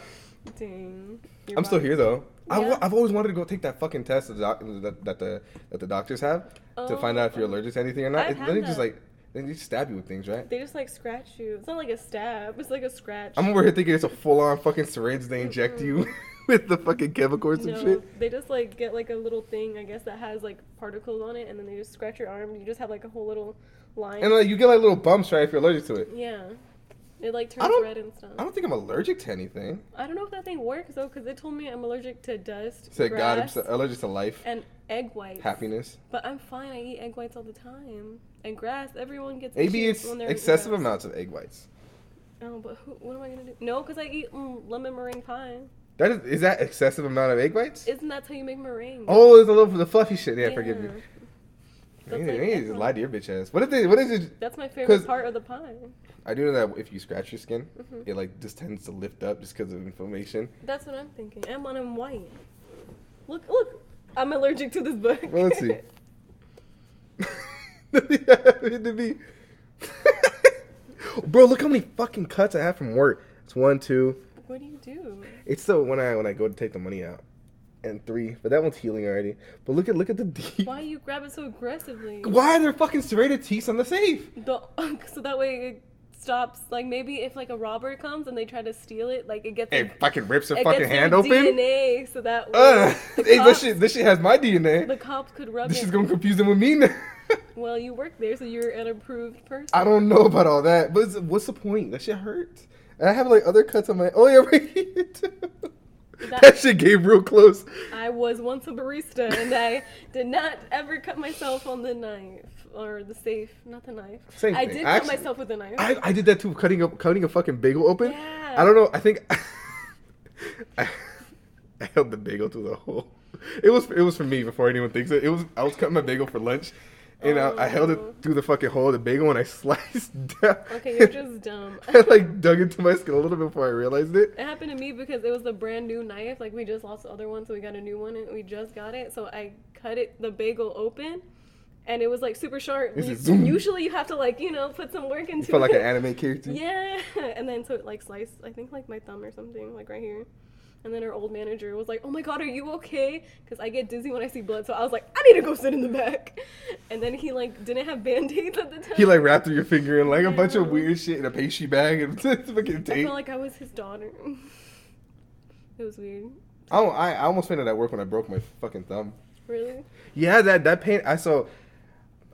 Speaker 2: Dang.
Speaker 1: I'm still here though. I w-
Speaker 2: Yeah.
Speaker 1: I've always wanted to go take that fucking test that the, doc- that, that the that the doctors have to find out if you're allergic to anything or not.
Speaker 2: Oh. I've
Speaker 1: It,
Speaker 2: had
Speaker 1: then they just
Speaker 2: that.
Speaker 1: like then they just stab you with things, right?
Speaker 2: Oh. They just like scratch you. It's not like a stab. It's like a scratch.
Speaker 1: I'm over here thinking it's a full on fucking syringe they inject you with the fucking chemical or some
Speaker 2: no,
Speaker 1: shit.
Speaker 2: they just like get like a little thing, I guess, that has like particles on it, and then they just scratch your arm. You just have like a whole little line.
Speaker 1: And like you get like little bumps, right, if you're allergic to it.
Speaker 2: yeah, it like turns
Speaker 1: I don't-
Speaker 2: red and stuff.
Speaker 1: I don't think I'm allergic to anything.
Speaker 2: I don't know if that thing works though, because it told me I'm allergic to dust,
Speaker 1: Said God, I'm
Speaker 2: grass,
Speaker 1: so allergic to life,
Speaker 2: and egg whites.
Speaker 1: happiness.
Speaker 2: But I'm fine. I eat egg whites all the time. And grass, everyone gets
Speaker 1: Maybe
Speaker 2: issues
Speaker 1: it's
Speaker 2: when they're eating
Speaker 1: excessive
Speaker 2: grass.
Speaker 1: amounts of egg whites.
Speaker 2: Oh, but who, what am I gonna do? No, because I eat mm, lemon meringue pie.
Speaker 1: That is, is that excessive amount of egg whites?
Speaker 2: Isn't that how you make meringue?
Speaker 1: oh, there's a little the fluffy shit. Yeah, forgive me.
Speaker 2: That's like
Speaker 1: They need- they need to
Speaker 2: everyone-
Speaker 1: lie to your bitch ass. What if they? What is it?
Speaker 2: That's my
Speaker 1: 'Cause-
Speaker 2: favorite part of the pie.
Speaker 1: I do know that if you scratch your skin,
Speaker 2: Mhm.
Speaker 1: it like just tends to lift up just because of inflammation.
Speaker 2: That's what I'm thinking. I'm on him white. Look, look. I'm allergic to this book.
Speaker 1: Well, let's see. It to be. Bro, look how many fucking cuts I have from work. It's one, two.
Speaker 2: what do you do?
Speaker 1: It's the when I when I go to take the money out, and three. But that one's healing already. But look at look at the deep.
Speaker 2: Why you grab it so aggressively?
Speaker 1: Why are there fucking serrated teeth on the safe?
Speaker 2: The, so that way it stops. Like maybe if like a robber comes and they try to steal it, like it gets.
Speaker 1: It fucking rips her
Speaker 2: it
Speaker 1: fucking
Speaker 2: gets their
Speaker 1: hand open.
Speaker 2: DNA, so that way
Speaker 1: Ugh.
Speaker 2: the,
Speaker 1: Hey, this
Speaker 2: cops,
Speaker 1: shit this shit has my DNA.
Speaker 2: the cops could rub
Speaker 1: This
Speaker 2: it.
Speaker 1: is gonna confuse them with me now.
Speaker 2: Well, you work there, so you're an approved person.
Speaker 1: I don't know about all that, but it's- what's the point? That shit hurts. And I have like other cuts on my. Oh yeah, right here too. That,
Speaker 2: That-
Speaker 1: shit came real close.
Speaker 2: I was once a barista, and I did not ever cut myself on the knife or the safe, not the knife.
Speaker 1: Same
Speaker 2: I
Speaker 1: thing.
Speaker 2: did
Speaker 1: I
Speaker 2: cut
Speaker 1: actually-
Speaker 2: myself with a knife.
Speaker 1: I, I did that too, cutting a cutting a fucking bagel open.
Speaker 2: Yeah.
Speaker 1: I don't know. I think I, I held the bagel through the hole. It was it was for me before anyone thinks it. It was I was cutting my bagel for lunch, and I, I held it
Speaker 2: Oh.
Speaker 1: through the fucking hole of the bagel and I sliced down.
Speaker 2: okay, you're just dumb.
Speaker 1: I like dug into my skin a little bit before I realized it.
Speaker 2: It happened to me because it was a brand new knife. Like we just lost the other one, so we got a new one, and we just got it. So I cut it the bagel open, and it was like super sharp.
Speaker 1: This
Speaker 2: You-
Speaker 1: is zoom.
Speaker 2: usually you have to like you know put some work
Speaker 1: You
Speaker 2: into
Speaker 1: felt like
Speaker 2: it.
Speaker 1: an anime character.
Speaker 2: yeah, and then so it like sliced. I think like my thumb or something, like right here. And then our old manager was like, "Oh my god, are you okay?" Because I get dizzy when I see blood, so I was like, "I need to go sit in the back." And then he like didn't have band aids at the time.
Speaker 1: He like wrapped through your finger and like a bunch of
Speaker 2: Yeah.
Speaker 1: weird shit in a pastry bag and fucking
Speaker 2: I
Speaker 1: tape.
Speaker 2: felt like I was his daughter. it was weird.
Speaker 1: I, don't- I, I almost fainted at work when I broke my fucking thumb.
Speaker 2: Really?
Speaker 1: Yeah, that that pain. I saw.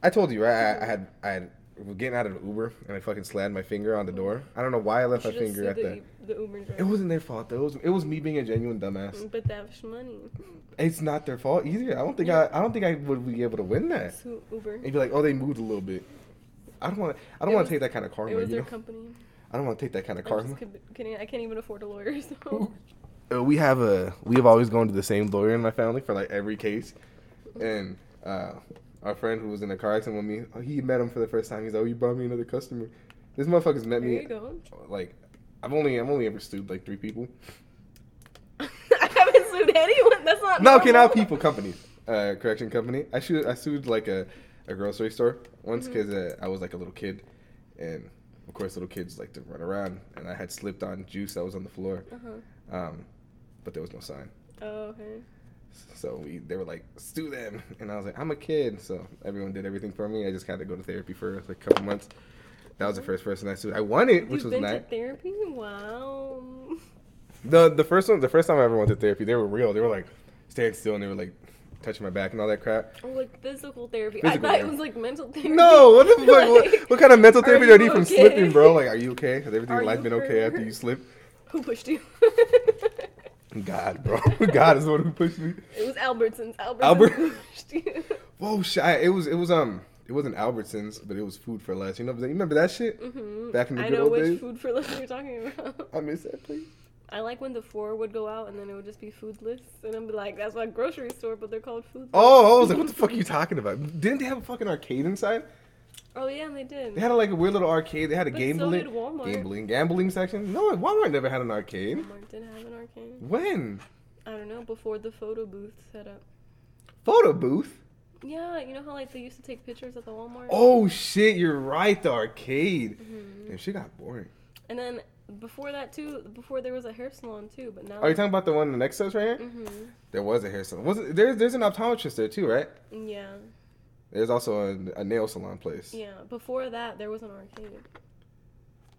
Speaker 1: I told you right. I, I had I had was getting out of an Uber and I fucking slammed my finger on the door. I don't know why I left my
Speaker 2: Should've
Speaker 1: finger
Speaker 2: sued
Speaker 1: at
Speaker 2: the,
Speaker 1: that.
Speaker 2: U- the Uber driver.
Speaker 1: It wasn't their fault though. It was, it was me being a genuine dumbass.
Speaker 2: Mm, But that's money.
Speaker 1: It's not their fault either. I don't think
Speaker 2: Yeah.
Speaker 1: I I don't think I would be able to win that.
Speaker 2: Su- Uber.
Speaker 1: And be like, oh, they moved a little bit. I don't want to. I don't
Speaker 2: It
Speaker 1: want
Speaker 2: was-
Speaker 1: to take that kind of karma.
Speaker 2: it was
Speaker 1: You
Speaker 2: their
Speaker 1: know?
Speaker 2: company.
Speaker 1: I don't want to take that kind of
Speaker 2: I'm
Speaker 1: karma.
Speaker 2: just kid- kidding. I can't even afford a lawyer. So.
Speaker 1: Ooh. uh, we have a we have always gone to the same lawyer in my family for like every case, and uh, our friend who was in a car accident with me, uh, he met him for the first time. He's like, "Oh, you brought me another customer." This motherfucker's met
Speaker 2: There you
Speaker 1: me
Speaker 2: go.
Speaker 1: like I've only I've only ever sued like three people.
Speaker 2: I haven't sued anyone. That's not.
Speaker 1: No, okay, not
Speaker 2: normal.
Speaker 1: people, companies. Uh, correction company. I sued I sued like a, a grocery store once
Speaker 2: Mhm.
Speaker 1: because uh, I was like a little kid, and of course little kids like to run around, and I had slipped on juice that was on the floor,
Speaker 2: Uh-huh.
Speaker 1: um, but there was no sign.
Speaker 2: Oh, okay.
Speaker 1: So we, they were like, sue them. And I was like, I'm a kid. So everyone did everything for me. I just had to go to therapy for like a couple months. That was the first person I sued. I won it, which
Speaker 2: You've
Speaker 1: was
Speaker 2: been to
Speaker 1: nice.
Speaker 2: therapy? Wow.
Speaker 1: The the first one, the first time I ever went to therapy, they were real. They were like, stand still, and they were like, touching my back and all that crap.
Speaker 2: Oh, like physical therapy.
Speaker 1: Physical
Speaker 2: I thought
Speaker 1: therapy.
Speaker 2: it was like mental therapy.
Speaker 1: No, what the fuck? What,
Speaker 2: Like,
Speaker 1: what kind of mental
Speaker 2: are
Speaker 1: therapy do I
Speaker 2: you
Speaker 1: need from
Speaker 2: okay?
Speaker 1: slipping, bro? Like, are you okay? Has everything
Speaker 2: Are
Speaker 1: in life
Speaker 2: you
Speaker 1: been okay
Speaker 2: hurt?
Speaker 1: after you slip?
Speaker 2: Who pushed you?
Speaker 1: God, bro, God is the one who pushed me.
Speaker 2: It was Albertsons. Albertsons
Speaker 1: Albert-
Speaker 2: pushed you.
Speaker 1: Whoa, shit! I- It was it was um it wasn't Albertsons, but it was food for less. You know, you remember that shit?
Speaker 2: Mhm.
Speaker 1: Back in the
Speaker 2: I
Speaker 1: good
Speaker 2: know
Speaker 1: old
Speaker 2: which
Speaker 1: days?
Speaker 2: food for less you're talking about.
Speaker 1: I miss that place.
Speaker 2: I like when the four would go out and then it would just be foodless, and I'd be like, "That's my grocery store, but they're called foodless."
Speaker 1: Oh, I was like, what the fuck are you talking about? Didn't they have a fucking arcade inside?
Speaker 2: Oh yeah, and they did.
Speaker 1: They had like a weird little arcade. They had a
Speaker 2: But so
Speaker 1: gambling,
Speaker 2: did Walmart.
Speaker 1: gambling, gambling section. No, Walmart never had an arcade.
Speaker 2: Walmart didn't have an arcade.
Speaker 1: When
Speaker 2: I don't know before the photo booth set up.
Speaker 1: photo booth?
Speaker 2: Yeah, you know how like they used to take pictures at the Walmart.
Speaker 1: Oh shit, you're right. The arcade.
Speaker 2: Mhm.
Speaker 1: Damn, she got boring.
Speaker 2: And then before that too, before there was a hair salon too, but now.
Speaker 1: Are you talking about the one next to us right here?
Speaker 2: Mm-hmm.
Speaker 1: There was a hair salon. Was it, there's there's an optometrist there too, right?
Speaker 2: Yeah,
Speaker 1: There's also a, a nail salon place.
Speaker 2: yeah. Before that, there was an arcade.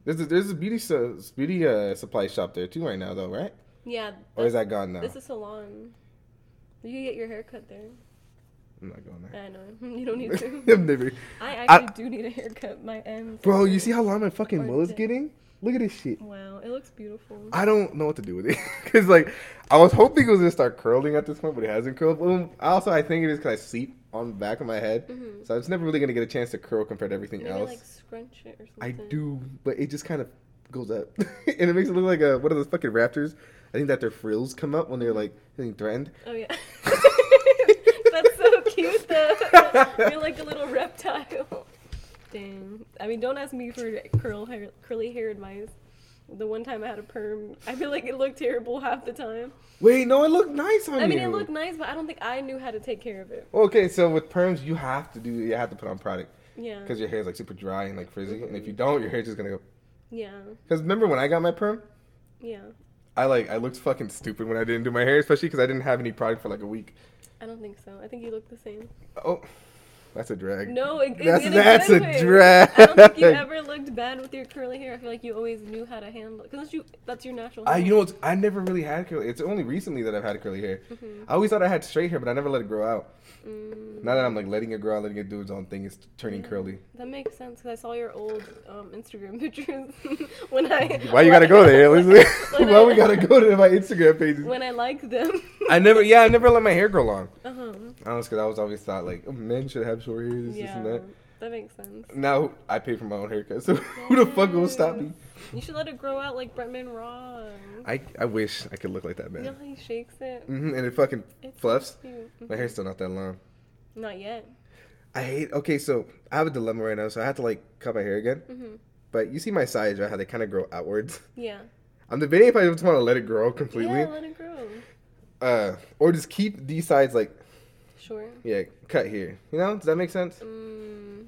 Speaker 1: There's a, there's a beauty su- beauty uh, supply shop there too right now though, right?
Speaker 2: Yeah.
Speaker 1: Or is that gone now?
Speaker 2: It's a salon. You can get your hair cut there.
Speaker 1: I'm not going there.
Speaker 2: I know. You don't need to.
Speaker 1: I'm never-
Speaker 2: I actually do need a haircut. My ends.
Speaker 1: Bro, you see how long my
Speaker 2: Or
Speaker 1: fucking mullet's
Speaker 2: dip.
Speaker 1: getting? Look at this shit.
Speaker 2: Wow, it looks beautiful.
Speaker 1: I don't know what to do with it because like I was hoping it was gonna start curling at this point, but it hasn't curled. Um, also, I think it is because I sleep on the back of my head,
Speaker 2: Mhm.
Speaker 1: so it's never really gonna get a chance to curl compared to everything
Speaker 2: Maybe
Speaker 1: else.
Speaker 2: like scrunch it or something.
Speaker 1: I do, but it just kind of goes up, and it makes it look like a, one of those fucking raptors. I think that their frills come up when they're like feeling threatened.
Speaker 2: Oh yeah. That's so cute though. You're like a little reptile. Dang. I mean, don't ask me for curl hair, curly hair advice. The one time I had a perm, I feel like it looked terrible half the time.
Speaker 1: Wait, no, it looked nice on
Speaker 2: I mean,
Speaker 1: you.
Speaker 2: it looked nice, but I don't think I knew how to take care of it.
Speaker 1: Okay, so with perms, you have to do you have to put on product
Speaker 2: Yeah.
Speaker 1: because your hair is like super dry and like frizzy, and if you don't, your hair's just gonna go.
Speaker 2: Yeah.
Speaker 1: Because remember when I got my perm,
Speaker 2: Yeah.
Speaker 1: I like I looked fucking stupid when I didn't do my hair, especially because I didn't have any product for like a week.
Speaker 2: I don't think so. I think you look the same.
Speaker 1: Oh, that's a drag.
Speaker 2: No, it, it-
Speaker 1: That's-
Speaker 2: in
Speaker 1: that's
Speaker 2: good
Speaker 1: a
Speaker 2: way.
Speaker 1: drag.
Speaker 2: I don't think you ever looked bad with your curly hair. I feel like you always knew how to handle it. Because you, that's your natural
Speaker 1: I
Speaker 2: hair.
Speaker 1: you know what's, I never really had curly. It's only recently that I've had curly hair.
Speaker 2: Mm-hmm.
Speaker 1: I always thought I had straight hair, but I never let it grow out.
Speaker 2: Mm,
Speaker 1: Now that I'm like letting it grow out, letting it do its own thing, it's turning curly.
Speaker 2: that makes sense because I saw your old um, Instagram pictures when I.
Speaker 1: Why you gotta go there? Elizabeth?
Speaker 2: When
Speaker 1: Why
Speaker 2: I-
Speaker 1: we gotta go to my Instagram pages?
Speaker 2: When I liked them.
Speaker 1: I never, yeah, I never let my hair grow long.
Speaker 2: uh-huh.
Speaker 1: Honestly, because I was always thought like oh, men should have short hair, this, this, and
Speaker 2: Yeah.
Speaker 1: that.
Speaker 2: That makes sense.
Speaker 1: Now I pay for my own haircut, so who the fuck will stop me?
Speaker 2: You should let it grow out like Bretman Ross.
Speaker 1: I, I wish I could look like that
Speaker 2: You
Speaker 1: man.
Speaker 2: know how he shakes it?
Speaker 1: hmm and it fucking
Speaker 2: It's so
Speaker 1: fluffs.
Speaker 2: cute. Mhm.
Speaker 1: My hair's still not that long.
Speaker 2: Not yet.
Speaker 1: I hate. Okay, so I have a dilemma right now, so I have to like cut my hair again.
Speaker 2: hmm
Speaker 1: But you see my sides, right? How they kind of grow outwards.
Speaker 2: Yeah.
Speaker 1: I'm debating if I just want to let it grow completely,
Speaker 2: Yeah, let it grow.
Speaker 1: uh, or just keep these sides like
Speaker 2: Sure.
Speaker 1: yeah, cut here. You know? Does that make sense?
Speaker 2: Mm,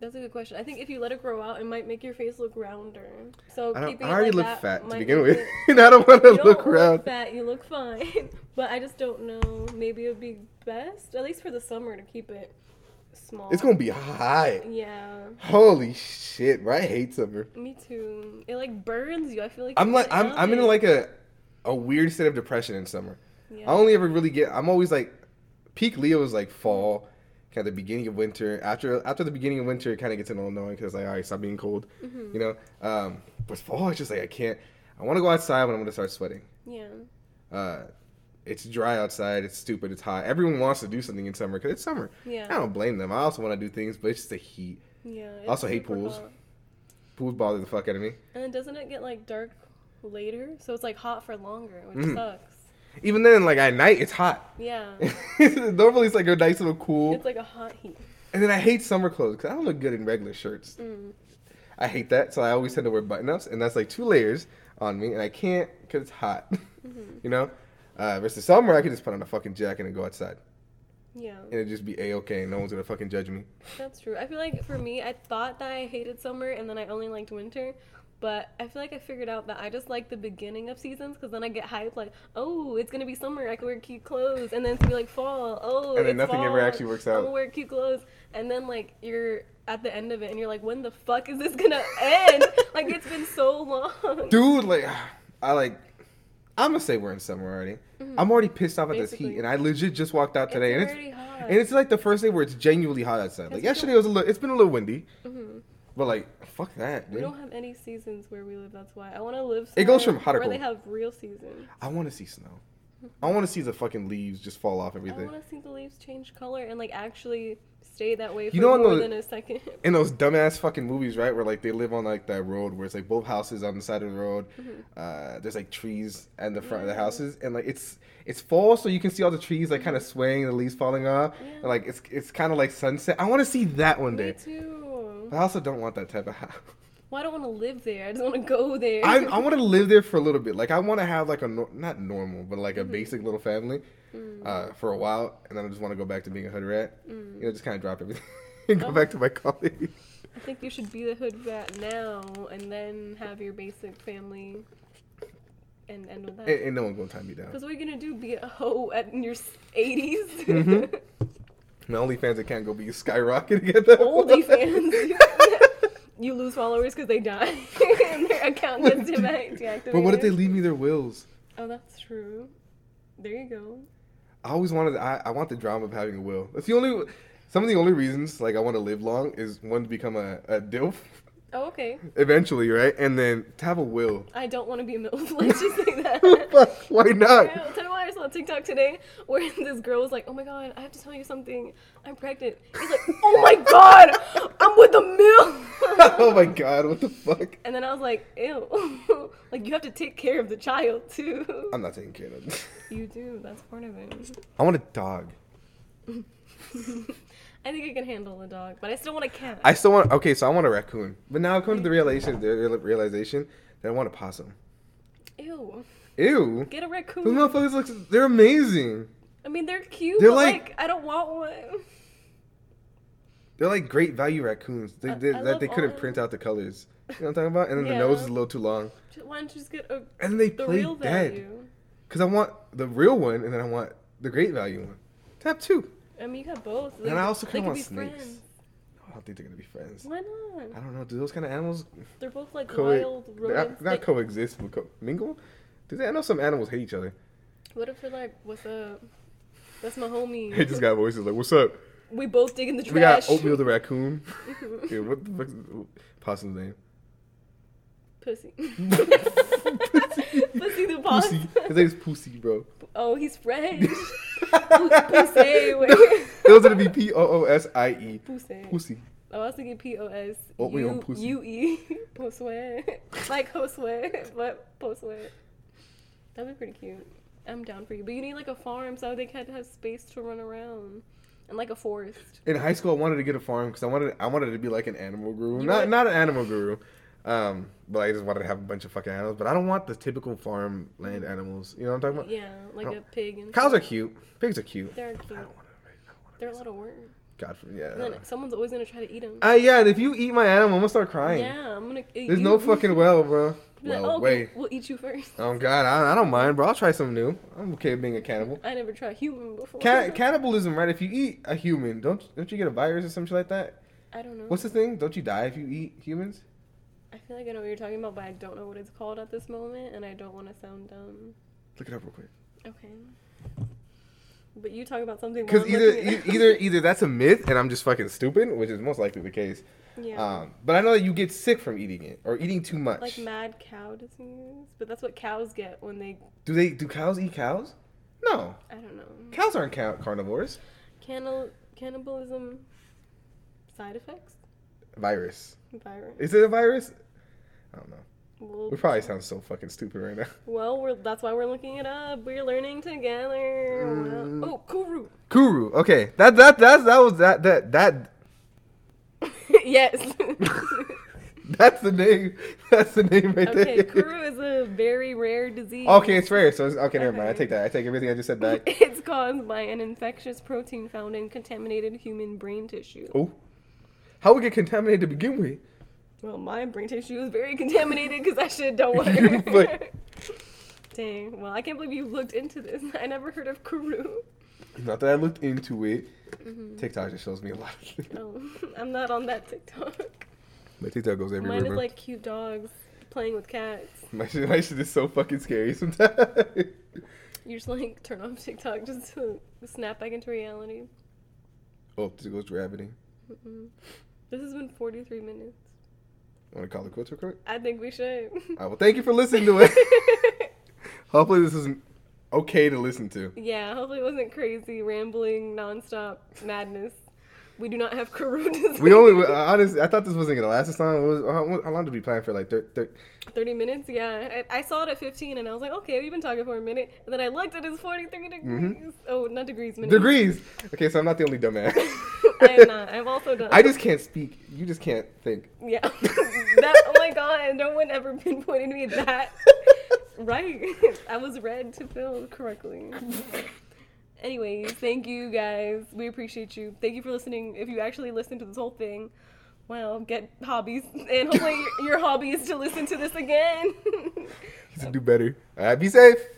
Speaker 2: that's a good question. I think if you let it grow out, it might make your face look rounder. So
Speaker 1: I, don't,
Speaker 2: keeping
Speaker 1: I
Speaker 2: it
Speaker 1: already
Speaker 2: like
Speaker 1: look
Speaker 2: that
Speaker 1: fat to
Speaker 2: might
Speaker 1: begin
Speaker 2: make
Speaker 1: with,
Speaker 2: it-
Speaker 1: and I don't want to
Speaker 2: You don't
Speaker 1: look round.
Speaker 2: look fat. You look fine, but I just don't know. Maybe it would be best, at least for the summer, to keep it small.
Speaker 1: It's gonna be hot.
Speaker 2: Yeah,
Speaker 1: Holy shit, bro! I hate summer.
Speaker 2: me too. It like burns you. I feel like
Speaker 1: I'm
Speaker 2: you
Speaker 1: like
Speaker 2: can't
Speaker 1: I'm I'm in
Speaker 2: help
Speaker 1: like a a weird state of depression in summer.
Speaker 2: it.
Speaker 1: I only ever really get. I'm always like, peak Leo is like fall, kind of the beginning of winter. After after the beginning of winter, it kind of gets a little annoying because like, all right, stop being cold,
Speaker 2: Mm-hmm.
Speaker 1: you know. Um, but fall, it's just like I can't. I want to go outside when I'm gonna start sweating.
Speaker 2: yeah, yeah.
Speaker 1: Uh, it's dry outside. It's stupid. It's hot. Everyone wants to do something in summer because it's summer.
Speaker 2: Yeah.
Speaker 1: I don't blame them. I also want to do things, but it's just the heat.
Speaker 2: Yeah.
Speaker 1: Oh. I also
Speaker 2: it's
Speaker 1: hate
Speaker 2: super
Speaker 1: pools.
Speaker 2: hot.
Speaker 1: Pools bother the fuck out of me.
Speaker 2: And then doesn't it get like dark later? So it's like hot for longer, which
Speaker 1: Mhm.
Speaker 2: sucks.
Speaker 1: Even then, like at night, it's hot.
Speaker 2: Yeah.
Speaker 1: Normally, it's like a nice little cool.
Speaker 2: it's like a hot heat.
Speaker 1: And then I hate summer clothes because I don't look good in regular shirts.
Speaker 2: Mm.
Speaker 1: I hate that, so I always tend to wear button ups, and that's like two layers on me, and I can't because it's hot,
Speaker 2: Mm-hmm.
Speaker 1: you know. Uh, versus summer, I can just put on a fucking jacket and go outside,
Speaker 2: Yeah.
Speaker 1: and it'd just be a okay, and no one's gonna fucking judge me.
Speaker 2: That's true. I feel like for me, I thought that I hated summer and then I only liked winter. But I feel like I figured out that I just like the beginning of seasons because then I get hyped, like, oh, it's gonna be summer. I can wear cute clothes, and then it's gonna be like fall. Oh,
Speaker 1: And then
Speaker 2: it's
Speaker 1: nothing ever
Speaker 2: fall,
Speaker 1: actually works out.
Speaker 2: I'm gonna wear cute clothes, and then like you're at the end of it, and you're like, when the fuck is this gonna end? like it's been so long.
Speaker 1: Dude, like, I like, I'm gonna say we're in summer already. I'm already pissed off at this
Speaker 2: Mm-hmm. Basically.
Speaker 1: heat, and I legit just walked out today,
Speaker 2: it's
Speaker 1: and
Speaker 2: already
Speaker 1: it's
Speaker 2: hot.
Speaker 1: and it's like the first day where it's genuinely hot outside. Like
Speaker 2: It's
Speaker 1: yesterday,
Speaker 2: still-
Speaker 1: it was a little, it's been a little windy,
Speaker 2: Mhm.
Speaker 1: but like, fuck that,
Speaker 2: We
Speaker 1: dude.
Speaker 2: don't have any seasons where we live. That's why I want to live.
Speaker 1: It goes
Speaker 2: somewhere
Speaker 1: from hot or
Speaker 2: where they
Speaker 1: cold.
Speaker 2: have real seasons.
Speaker 1: I want to see snow.
Speaker 2: Mm-hmm.
Speaker 1: I want to see the fucking leaves just fall off
Speaker 2: I
Speaker 1: everything.
Speaker 2: want to see the leaves change color and like actually stay that way for
Speaker 1: You know, in
Speaker 2: more
Speaker 1: the-
Speaker 2: than a second.
Speaker 1: in those dumbass fucking movies, right, where like they live on like that road where it's like both houses on the side of the road.
Speaker 2: Mm-hmm.
Speaker 1: Uh, there's like trees and the front of the houses, and like it's it's fall, so you can see all the trees like kind of swaying, the leaves falling off,
Speaker 2: Yeah.
Speaker 1: and like it's it's kind of like sunset. I want to see that one
Speaker 2: Me
Speaker 1: day,
Speaker 2: too.
Speaker 1: but I also don't want that type of house.
Speaker 2: Well, I don't want to live there. I just want to go there.
Speaker 1: I I want to live there for a little bit. Like I want to have like a nor- not normal, but like a
Speaker 2: Mm-hmm.
Speaker 1: basic little family
Speaker 2: Mm.
Speaker 1: uh, for a while, and then I just want to go back to being a hood rat. You know, just kind of drop everything and go
Speaker 2: Oh.
Speaker 1: back to my college.
Speaker 2: I think you should be the hood rat now and then have your basic family and end with
Speaker 1: Ain't,
Speaker 2: that.
Speaker 1: ain't no one gonna tie me down.
Speaker 2: Because what are you gonna do? Be a hoe at in your eighties?
Speaker 1: Mhm. My OnlyFans account go be skyrocketing at that
Speaker 2: Oldie
Speaker 1: point.
Speaker 2: fans. you lose followers because they die and their account gets deac- deactivated.
Speaker 1: But what if they leave me their wills?
Speaker 2: Oh, that's true. There you go.
Speaker 1: I always wanted. I, I want the drama of having a will. That's the only. Some of the only reasons like I want to live long is one to become a, a dilf,
Speaker 2: Oh, okay.
Speaker 1: eventually, right? And then to have a will.
Speaker 2: I don't want to be a MILF. Let's just say that.
Speaker 1: Fuck, why not?
Speaker 2: Tell you why I saw a TikTok today where this girl was like, "Oh my god, I have to tell you something. I'm pregnant." He's like, "Oh my god, I'm with a MILF."
Speaker 1: oh my god, what the fuck?
Speaker 2: and then I was like, "Ew, like you have to take care of the child too."
Speaker 1: I'm not taking care of that.
Speaker 2: You do. That's part of it.
Speaker 1: I want a dog.
Speaker 2: I think I can handle a dog, but I still want a cat.
Speaker 1: I still want. Okay, so I want a raccoon, but now I've come to the realization, the real- realization that I want a possum.
Speaker 2: Ew.
Speaker 1: Ew,
Speaker 2: Get a
Speaker 1: those
Speaker 2: raccoon.
Speaker 1: motherfuckers look. They're amazing.
Speaker 2: I mean, they're cute.
Speaker 1: They're
Speaker 2: but
Speaker 1: like-
Speaker 2: like, I don't want one.
Speaker 1: They're like great value raccoons. They,
Speaker 2: I-
Speaker 1: they,
Speaker 2: I
Speaker 1: that they
Speaker 2: love
Speaker 1: couldn't
Speaker 2: all-
Speaker 1: print out the colors. You know what I'm talking about? And then
Speaker 2: Yeah.
Speaker 1: the nose is a little too long.
Speaker 2: Why don't you just get a,
Speaker 1: And they
Speaker 2: the
Speaker 1: play
Speaker 2: real
Speaker 1: dead.
Speaker 2: value?
Speaker 1: Because I want the real one, and then I want the great value one. Tap two.
Speaker 2: I mean, you have both.
Speaker 1: And I also
Speaker 2: they
Speaker 1: kinda
Speaker 2: could
Speaker 1: want
Speaker 2: be
Speaker 1: snakes.
Speaker 2: friends.
Speaker 1: I don't think they're gonna be friends.
Speaker 2: Why
Speaker 1: I
Speaker 2: not?
Speaker 1: don't know. Do those kind of animals
Speaker 2: They're both like
Speaker 1: co-
Speaker 2: wild
Speaker 1: they're
Speaker 2: rodents.
Speaker 1: not, not
Speaker 2: They-
Speaker 1: coexist but co- mingle? Do they? I know some animals hate each other.
Speaker 2: What if they're like, what's up? That's my homie.
Speaker 1: They just got voices like, "What's up?
Speaker 2: we both dig in the
Speaker 1: We got
Speaker 2: trash.
Speaker 1: Oatmeal the raccoon." yeah, what the fuck's possum's name?
Speaker 2: Pussy.
Speaker 1: Pussy.
Speaker 2: Pussy the boss.
Speaker 1: Pussy. His name's Pussy, bro.
Speaker 2: Oh, he's French.
Speaker 1: Pussy.
Speaker 2: wait.
Speaker 1: it was gonna be P O O S I E.
Speaker 2: Pussy. Oh,
Speaker 1: Pussy.
Speaker 2: I was thinking P O S
Speaker 1: Oh, we on
Speaker 2: U
Speaker 1: pussy.
Speaker 2: U E Posue. Like Josue, but Posue. That'd be pretty cute. I'm down for you. But you need like a farm so they can have space to run around. And like a forest.
Speaker 1: In high school, I wanted to get a farm because I wanted I wanted to be like an animal guru.
Speaker 2: You
Speaker 1: not
Speaker 2: want-
Speaker 1: not an animal guru, um, but I just wanted to have a bunch of fucking animals. But I don't want the typical farmland animals. You know what I'm talking about?
Speaker 2: Yeah, like a pig and
Speaker 1: Cows are cute. Pigs are cute.
Speaker 2: They're
Speaker 1: I
Speaker 2: cute.
Speaker 1: don't want to.
Speaker 2: They're a lot of work.
Speaker 1: God, for- yeah. I
Speaker 2: And then
Speaker 1: don't know.
Speaker 2: someone's always gonna try to eat them.
Speaker 1: Ah, yeah. And if you eat my animal, I'm gonna start crying.
Speaker 2: Yeah, I'm gonna. eat
Speaker 1: There's
Speaker 2: you.
Speaker 1: no fucking well, bro.
Speaker 2: Be like,
Speaker 1: Well,
Speaker 2: oh, okay,
Speaker 1: wait.
Speaker 2: We'll eat you first.
Speaker 1: Oh God, I, I don't mind, bro. I'll try something new. I'm okay with being a cannibal.
Speaker 2: I never tried human before.
Speaker 1: Can- cannibalism, right? If you eat a human, don't don't you get a virus or something like that?
Speaker 2: I don't know.
Speaker 1: What's the thing? Don't you die if you eat humans?
Speaker 2: I feel like I know what you're talking about, but I don't know what it's called at this moment, and I don't want to sound dumb.
Speaker 1: Look it up real quick.
Speaker 2: Okay. But you talk about something. while
Speaker 1: Because
Speaker 2: I'm
Speaker 1: either
Speaker 2: looking
Speaker 1: e-
Speaker 2: at-
Speaker 1: either either that's a myth and I'm just fucking stupid, which is most likely the case.
Speaker 2: yeah,
Speaker 1: Um, but I know that you get sick from eating it or eating too much.
Speaker 2: like mad cow disease, but that's what cows get when they.
Speaker 1: do they do cows eat cows? No,
Speaker 2: I don't know.
Speaker 1: cows aren't cow- carnivores.
Speaker 2: Cannibal cannibalism. Side effects.
Speaker 1: Virus.
Speaker 2: Virus.
Speaker 1: Is it a virus? I don't know.
Speaker 2: We'll,
Speaker 1: We probably sound so fucking stupid right now.
Speaker 2: well, we're, that's why we're looking it up. We're learning together.
Speaker 1: Mm.
Speaker 2: Wow. Oh, kuru.
Speaker 1: Kuru. Okay, that that that that was that that that
Speaker 2: yes.
Speaker 1: that's the name. That's the name right
Speaker 2: okay,
Speaker 1: there.
Speaker 2: Kuru is a very rare disease.
Speaker 1: Okay, it's rare. So it's, okay, never mind. I
Speaker 2: Okay.
Speaker 1: take that. I take everything I just said back.
Speaker 2: It's caused by an infectious protein found in contaminated human brain tissue.
Speaker 1: oh, how we get contaminated to begin with?
Speaker 2: Well, my brain tissue is very contaminated because that shit don't
Speaker 1: You
Speaker 2: work.
Speaker 1: fuck.
Speaker 2: Dang. Well, I can't believe you looked into this. I never heard of Kuru.
Speaker 1: Not that I looked into it. TikTok just shows me a lot. Of things.
Speaker 2: Oh, I'm not on that TikTok.
Speaker 1: My TikTok goes everywhere.
Speaker 2: Mine is
Speaker 1: bro.
Speaker 2: like cute dogs playing with cats.
Speaker 1: my, shit, my shit is so fucking scary sometimes.
Speaker 2: You just like turn off TikTok just to snap back into reality.
Speaker 1: oh, this goes gravity.
Speaker 2: Mm-mm. This has been 43 minutes.
Speaker 1: Want to call it quits real quick?
Speaker 2: I think we should.
Speaker 1: All right. Well, thank you for listening to it. Hopefully, this is okay to listen to.
Speaker 2: yeah, hopefully it wasn't crazy, rambling, nonstop madness. We do not have Karuna.
Speaker 1: We only we- honestly, I thought this wasn't gonna last this long. What was- how, how long did we plan for? Like thir- thir-
Speaker 2: 30 minutes, yeah. I, I saw it at 15 and I was like, okay, we've been talking for a minute. And then I looked and it's 43 degrees. Oh, not degrees, minutes.
Speaker 1: Mm-hmm. degrees. Okay, so I'm not the only dumbass.
Speaker 2: I am not. I've also done.
Speaker 1: I just can't speak. You just can't think.
Speaker 2: Yeah. that, oh my god, no one ever pinpointed me that. right. I was read to film correctly. Anyways, thank you guys. We appreciate you. Thank you for listening. If you actually listened to this whole thing, well, get hobbies. And hopefully your, your hobby is to listen to this again.
Speaker 1: You should do better. All right, be safe.